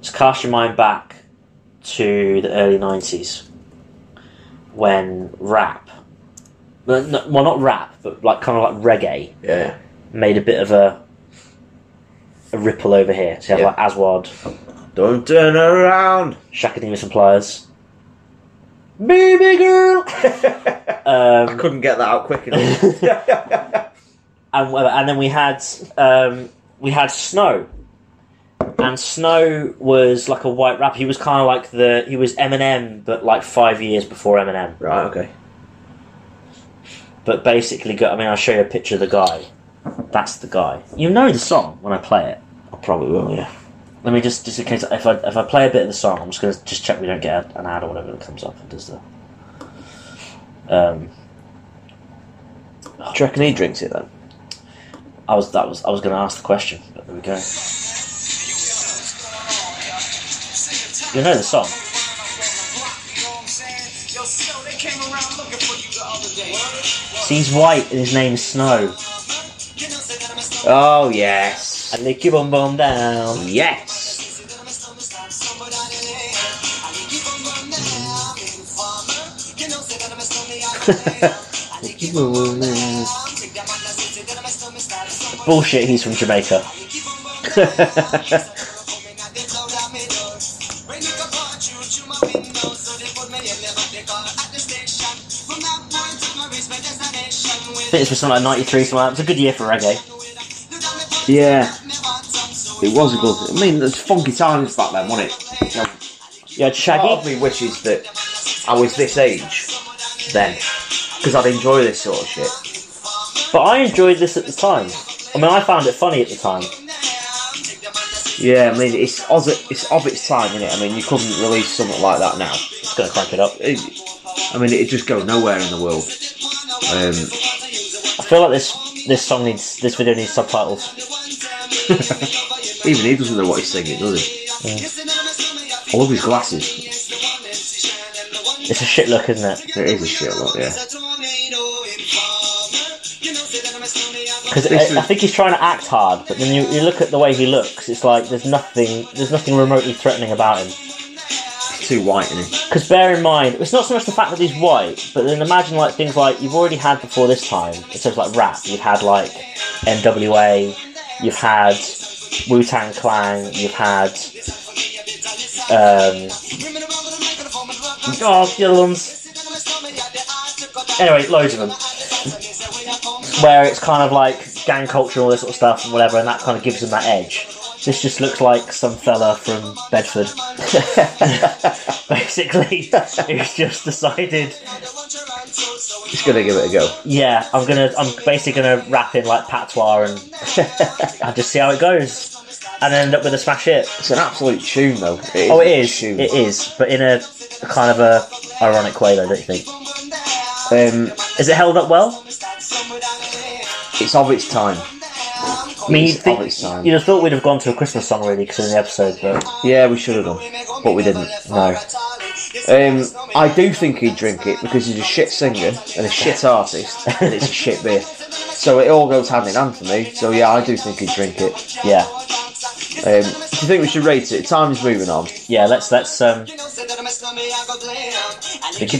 Speaker 2: Just cast your mind back to the early '90s when rap well, no- well, not rap, but like kind of like reggae,
Speaker 3: Yeah.
Speaker 2: made a bit of a a ripple over here. So you
Speaker 3: Yeah.
Speaker 2: have like Aswad,
Speaker 3: Don't turn around.
Speaker 2: Shaka Demon Suppliers, Baby Girl, um,
Speaker 3: Couldn't get that out quick enough.
Speaker 2: and well, and then we had um, we had Snow, and Snow was like a white rap. He was kind of like the he was Eminem, but like five years before Eminem.
Speaker 3: right. Okay.
Speaker 2: But basically, go- I mean, I'll show you a picture of the guy. That's the guy. You know the song when I play it.
Speaker 3: I probably will. Yeah.
Speaker 2: Let me just, just in case, if I if I play a bit of the song, I'm just gonna just check we don't get an ad or whatever that comes up and does the. Um,
Speaker 3: Do you reckon he drinks it then?
Speaker 2: I was that was I was gonna ask the question, but there we go. You know the song. See, he's white and his name's Snow.
Speaker 3: Oh yes.
Speaker 2: And they keep on bomb down.
Speaker 3: Yes.
Speaker 2: Bullshit. He's from Jamaica. I think this was something like '93, something like that. It's a good year for reggae.
Speaker 3: Yeah. It was a good. I mean, there's funky times back then, wasn't it? You know,
Speaker 2: You had Shaggy.
Speaker 3: Part of me wishes that I was this age then, because I'd enjoy this sort of shit.
Speaker 2: But I enjoyed this at the time. I mean, I found it funny at the time.
Speaker 3: Yeah, I mean, it's of it- it's of its time, innit? I mean, you couldn't release something like that now.
Speaker 2: It's gonna crank it up.
Speaker 3: It, I mean, it'd just go nowhere in the world. Um,
Speaker 2: I feel like this this song needs this video needs subtitles.
Speaker 3: even he doesn't know what he's singing, does he? I love his glasses.
Speaker 2: It's a shit look, isn't it?
Speaker 3: It is a shit lot, yeah.
Speaker 2: Because
Speaker 3: This
Speaker 2: I, I
Speaker 3: is-
Speaker 2: think he's trying to act hard, but then you, you look at the way he looks. It's like there's nothing there's nothing remotely threatening about him.
Speaker 3: Too white, innit?
Speaker 2: Because bear in mind, it's not so much the fact that he's white, but then imagine like things like you've already had before this time. In terms of like rap, you've had like N.W.A., you've had Wu Tang Clan, you've had
Speaker 3: uh,
Speaker 2: um, oh the other ones. Anyway, loads of them. Where it's kind of like gang culture, and all this sort of stuff, and whatever, and that kind of gives them that edge. This just looks like some fella from Bedford, basically, who's just decided
Speaker 3: Just gonna give it a go.
Speaker 2: yeah, I'm gonna, I'm basically gonna rap in like patois and I'll just see how it goes, and end up with a smash hit.
Speaker 3: It's an absolute tune, though. It
Speaker 2: Oh, it
Speaker 3: a
Speaker 2: is,
Speaker 3: tune.
Speaker 2: it is, but in a, a kind of a ironic way, though, don't you think?
Speaker 3: Um,
Speaker 2: Is it held up well?
Speaker 3: it's of its time.
Speaker 2: I mean, you'd
Speaker 3: It's
Speaker 2: think
Speaker 3: of its time.
Speaker 2: you'd have thought we'd have gone to a Christmas song really because of the episode, but
Speaker 3: Yeah, we should have done, but we didn't.
Speaker 2: no,
Speaker 3: Um, I do think he'd drink it because he's a shit singer and a shit artist, and it's a shit beer. So it all goes hand in hand for me. So yeah, I do think he'd drink it.
Speaker 2: yeah,
Speaker 3: Um, do you think we should rate it? Time is moving on.
Speaker 2: yeah. Let's let's um,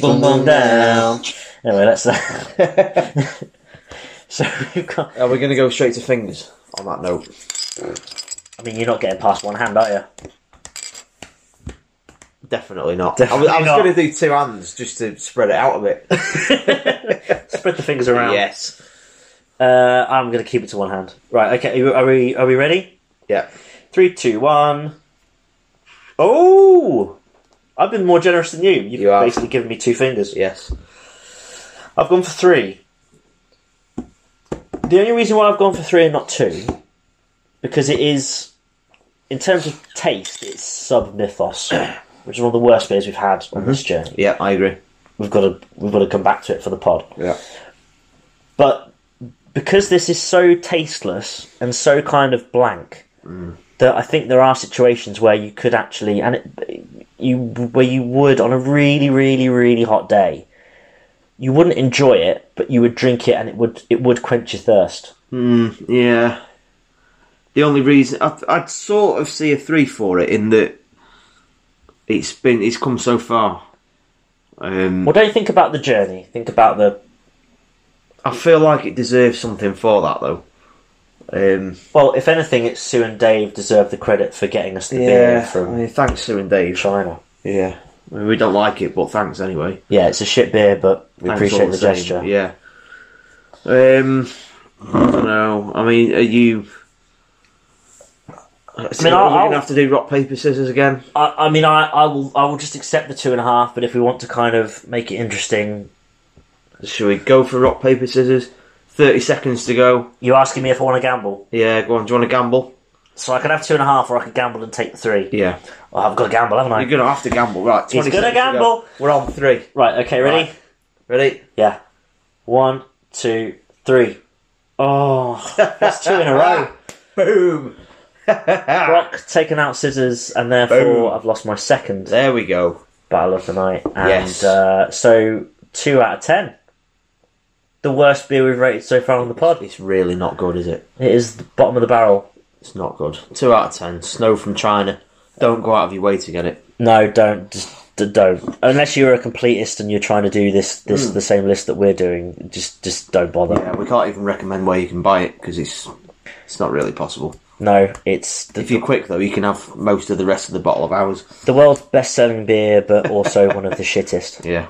Speaker 2: boom boom down. Anyway, let's. Uh, so we've got.
Speaker 3: Are we going to go straight to fingers on that note?
Speaker 2: I mean, you're not getting past one hand, are you?
Speaker 3: Definitely not.
Speaker 2: Definitely
Speaker 3: I was,
Speaker 2: not.
Speaker 3: I was going to do two hands just to spread it out a bit.
Speaker 2: Spread the fingers around.
Speaker 3: yes.
Speaker 2: Uh, I'm gonna keep it to one hand. Right. Okay. Are you- Are we? Are we ready?
Speaker 3: Yeah.
Speaker 2: Three, two, one. Oh, I've been more generous than you. You've
Speaker 3: You have.
Speaker 2: basically given me two fingers.
Speaker 3: Yes.
Speaker 2: I've gone for three. The only reason why I've gone for three and not two, because it is, in terms of taste, it's sub mythos, which is one of the worst beers we've had on this journey.
Speaker 3: Yeah, I agree.
Speaker 2: We've got to we've got to come back to it for the pod.
Speaker 3: Yeah.
Speaker 2: but because this is so tasteless and so kind of blank
Speaker 3: Mm.
Speaker 2: that I think there are situations where you could actually and it, you where you would on a really really really hot day you wouldn't enjoy it but you would drink it and it would it would quench your thirst
Speaker 3: Yeah. The only reason I'd, I'd sort of see a three for it in that it's been it's come so far. Um,
Speaker 2: well don't think about the journey think about the
Speaker 3: I feel like it deserves something for that though. Um,
Speaker 2: Well, if anything, it's Sue and Dave deserve the credit for getting us the beer
Speaker 3: yeah, I
Speaker 2: from
Speaker 3: mean, thanks Sue and Dave.
Speaker 2: China.
Speaker 3: Yeah, I mean, we don't like it, but thanks anyway.
Speaker 2: Yeah, it's a shit beer, but we
Speaker 3: Thanks all
Speaker 2: appreciate the,
Speaker 3: the same,
Speaker 2: gesture.
Speaker 3: Yeah. Um, I don't know. I mean, are you? I mean,
Speaker 2: I'll-
Speaker 3: are we
Speaker 2: I'll-
Speaker 3: gonna have to do rock paper scissors again?
Speaker 2: I, I mean, I, I will I will just accept the two and a half, but if we want to kind of make it interesting,
Speaker 3: Should we go for rock paper scissors? Thirty seconds to go.
Speaker 2: you're asking me if I want to gamble.
Speaker 3: Yeah, go on. Do you want to gamble?
Speaker 2: So I could have two and a half, or I could gamble and take the three.
Speaker 3: Yeah,
Speaker 2: Oh, I've got to gamble, haven't I?
Speaker 3: you're gonna have to gamble, right?
Speaker 2: He's
Speaker 3: 20
Speaker 2: gonna
Speaker 3: seconds to go.
Speaker 2: gamble.
Speaker 3: We're on three.
Speaker 2: Right, okay, ready?
Speaker 3: Right. Ready?
Speaker 2: Yeah. One, two, three. Oh, that's two in a row.
Speaker 3: Boom.
Speaker 2: Rock, taken out scissors, and therefore
Speaker 3: Boom.
Speaker 2: I've lost my second
Speaker 3: There we go.
Speaker 2: battle of the night. And
Speaker 3: Yes.
Speaker 2: uh, so, two out of ten. The worst beer we've rated so far on the pod.
Speaker 3: It's really not good, is it?
Speaker 2: It is the bottom of the barrel.
Speaker 3: It's not good. Two out of ten. Snow from China. Don't go out of your way to get it.
Speaker 2: No, don't. Just d- don't. Unless you're a completist and you're trying to do this, this
Speaker 3: Hmm.
Speaker 2: the same list that we're doing. Just, just don't bother.
Speaker 3: Yeah, we can't even recommend where you can buy it because it's it's not really possible.
Speaker 2: No, it's the,
Speaker 3: If you're quick though, you can have most of the rest of the bottle of ours.
Speaker 2: the world's best-selling beer, but also one of the shittest.
Speaker 3: Yeah.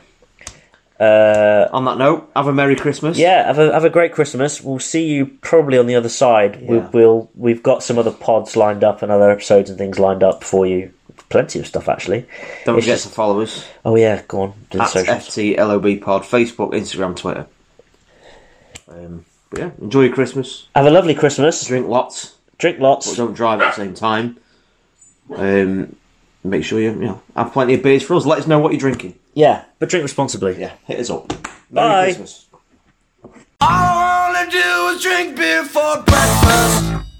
Speaker 2: Uh,
Speaker 3: On that note, have a merry Christmas.
Speaker 2: yeah, have a have a great Christmas. We'll see you probably on the other side. We,
Speaker 3: Yeah.
Speaker 2: we'll we've got some other pods lined up and other episodes and things lined up for you. Plenty of stuff actually.
Speaker 3: Don't
Speaker 2: It's
Speaker 3: forget
Speaker 2: just-
Speaker 3: to follow us
Speaker 2: Oh yeah, go on. Do the
Speaker 3: at
Speaker 2: socials.
Speaker 3: FTLOB Pod, Facebook, Instagram, Twitter. Um, but yeah, enjoy your Christmas.
Speaker 2: Have a lovely Christmas.
Speaker 3: Drink lots,
Speaker 2: Drink
Speaker 3: but
Speaker 2: lots.
Speaker 3: don't drive at the same time. Um, make sure you you know have plenty of beers for us. Let us know what you're drinking.
Speaker 2: Yeah, but drink responsibly.
Speaker 3: Yeah, hit us up.
Speaker 2: Bye.
Speaker 3: Merry Christmas.
Speaker 5: All I wanna do is drink beer for breakfast.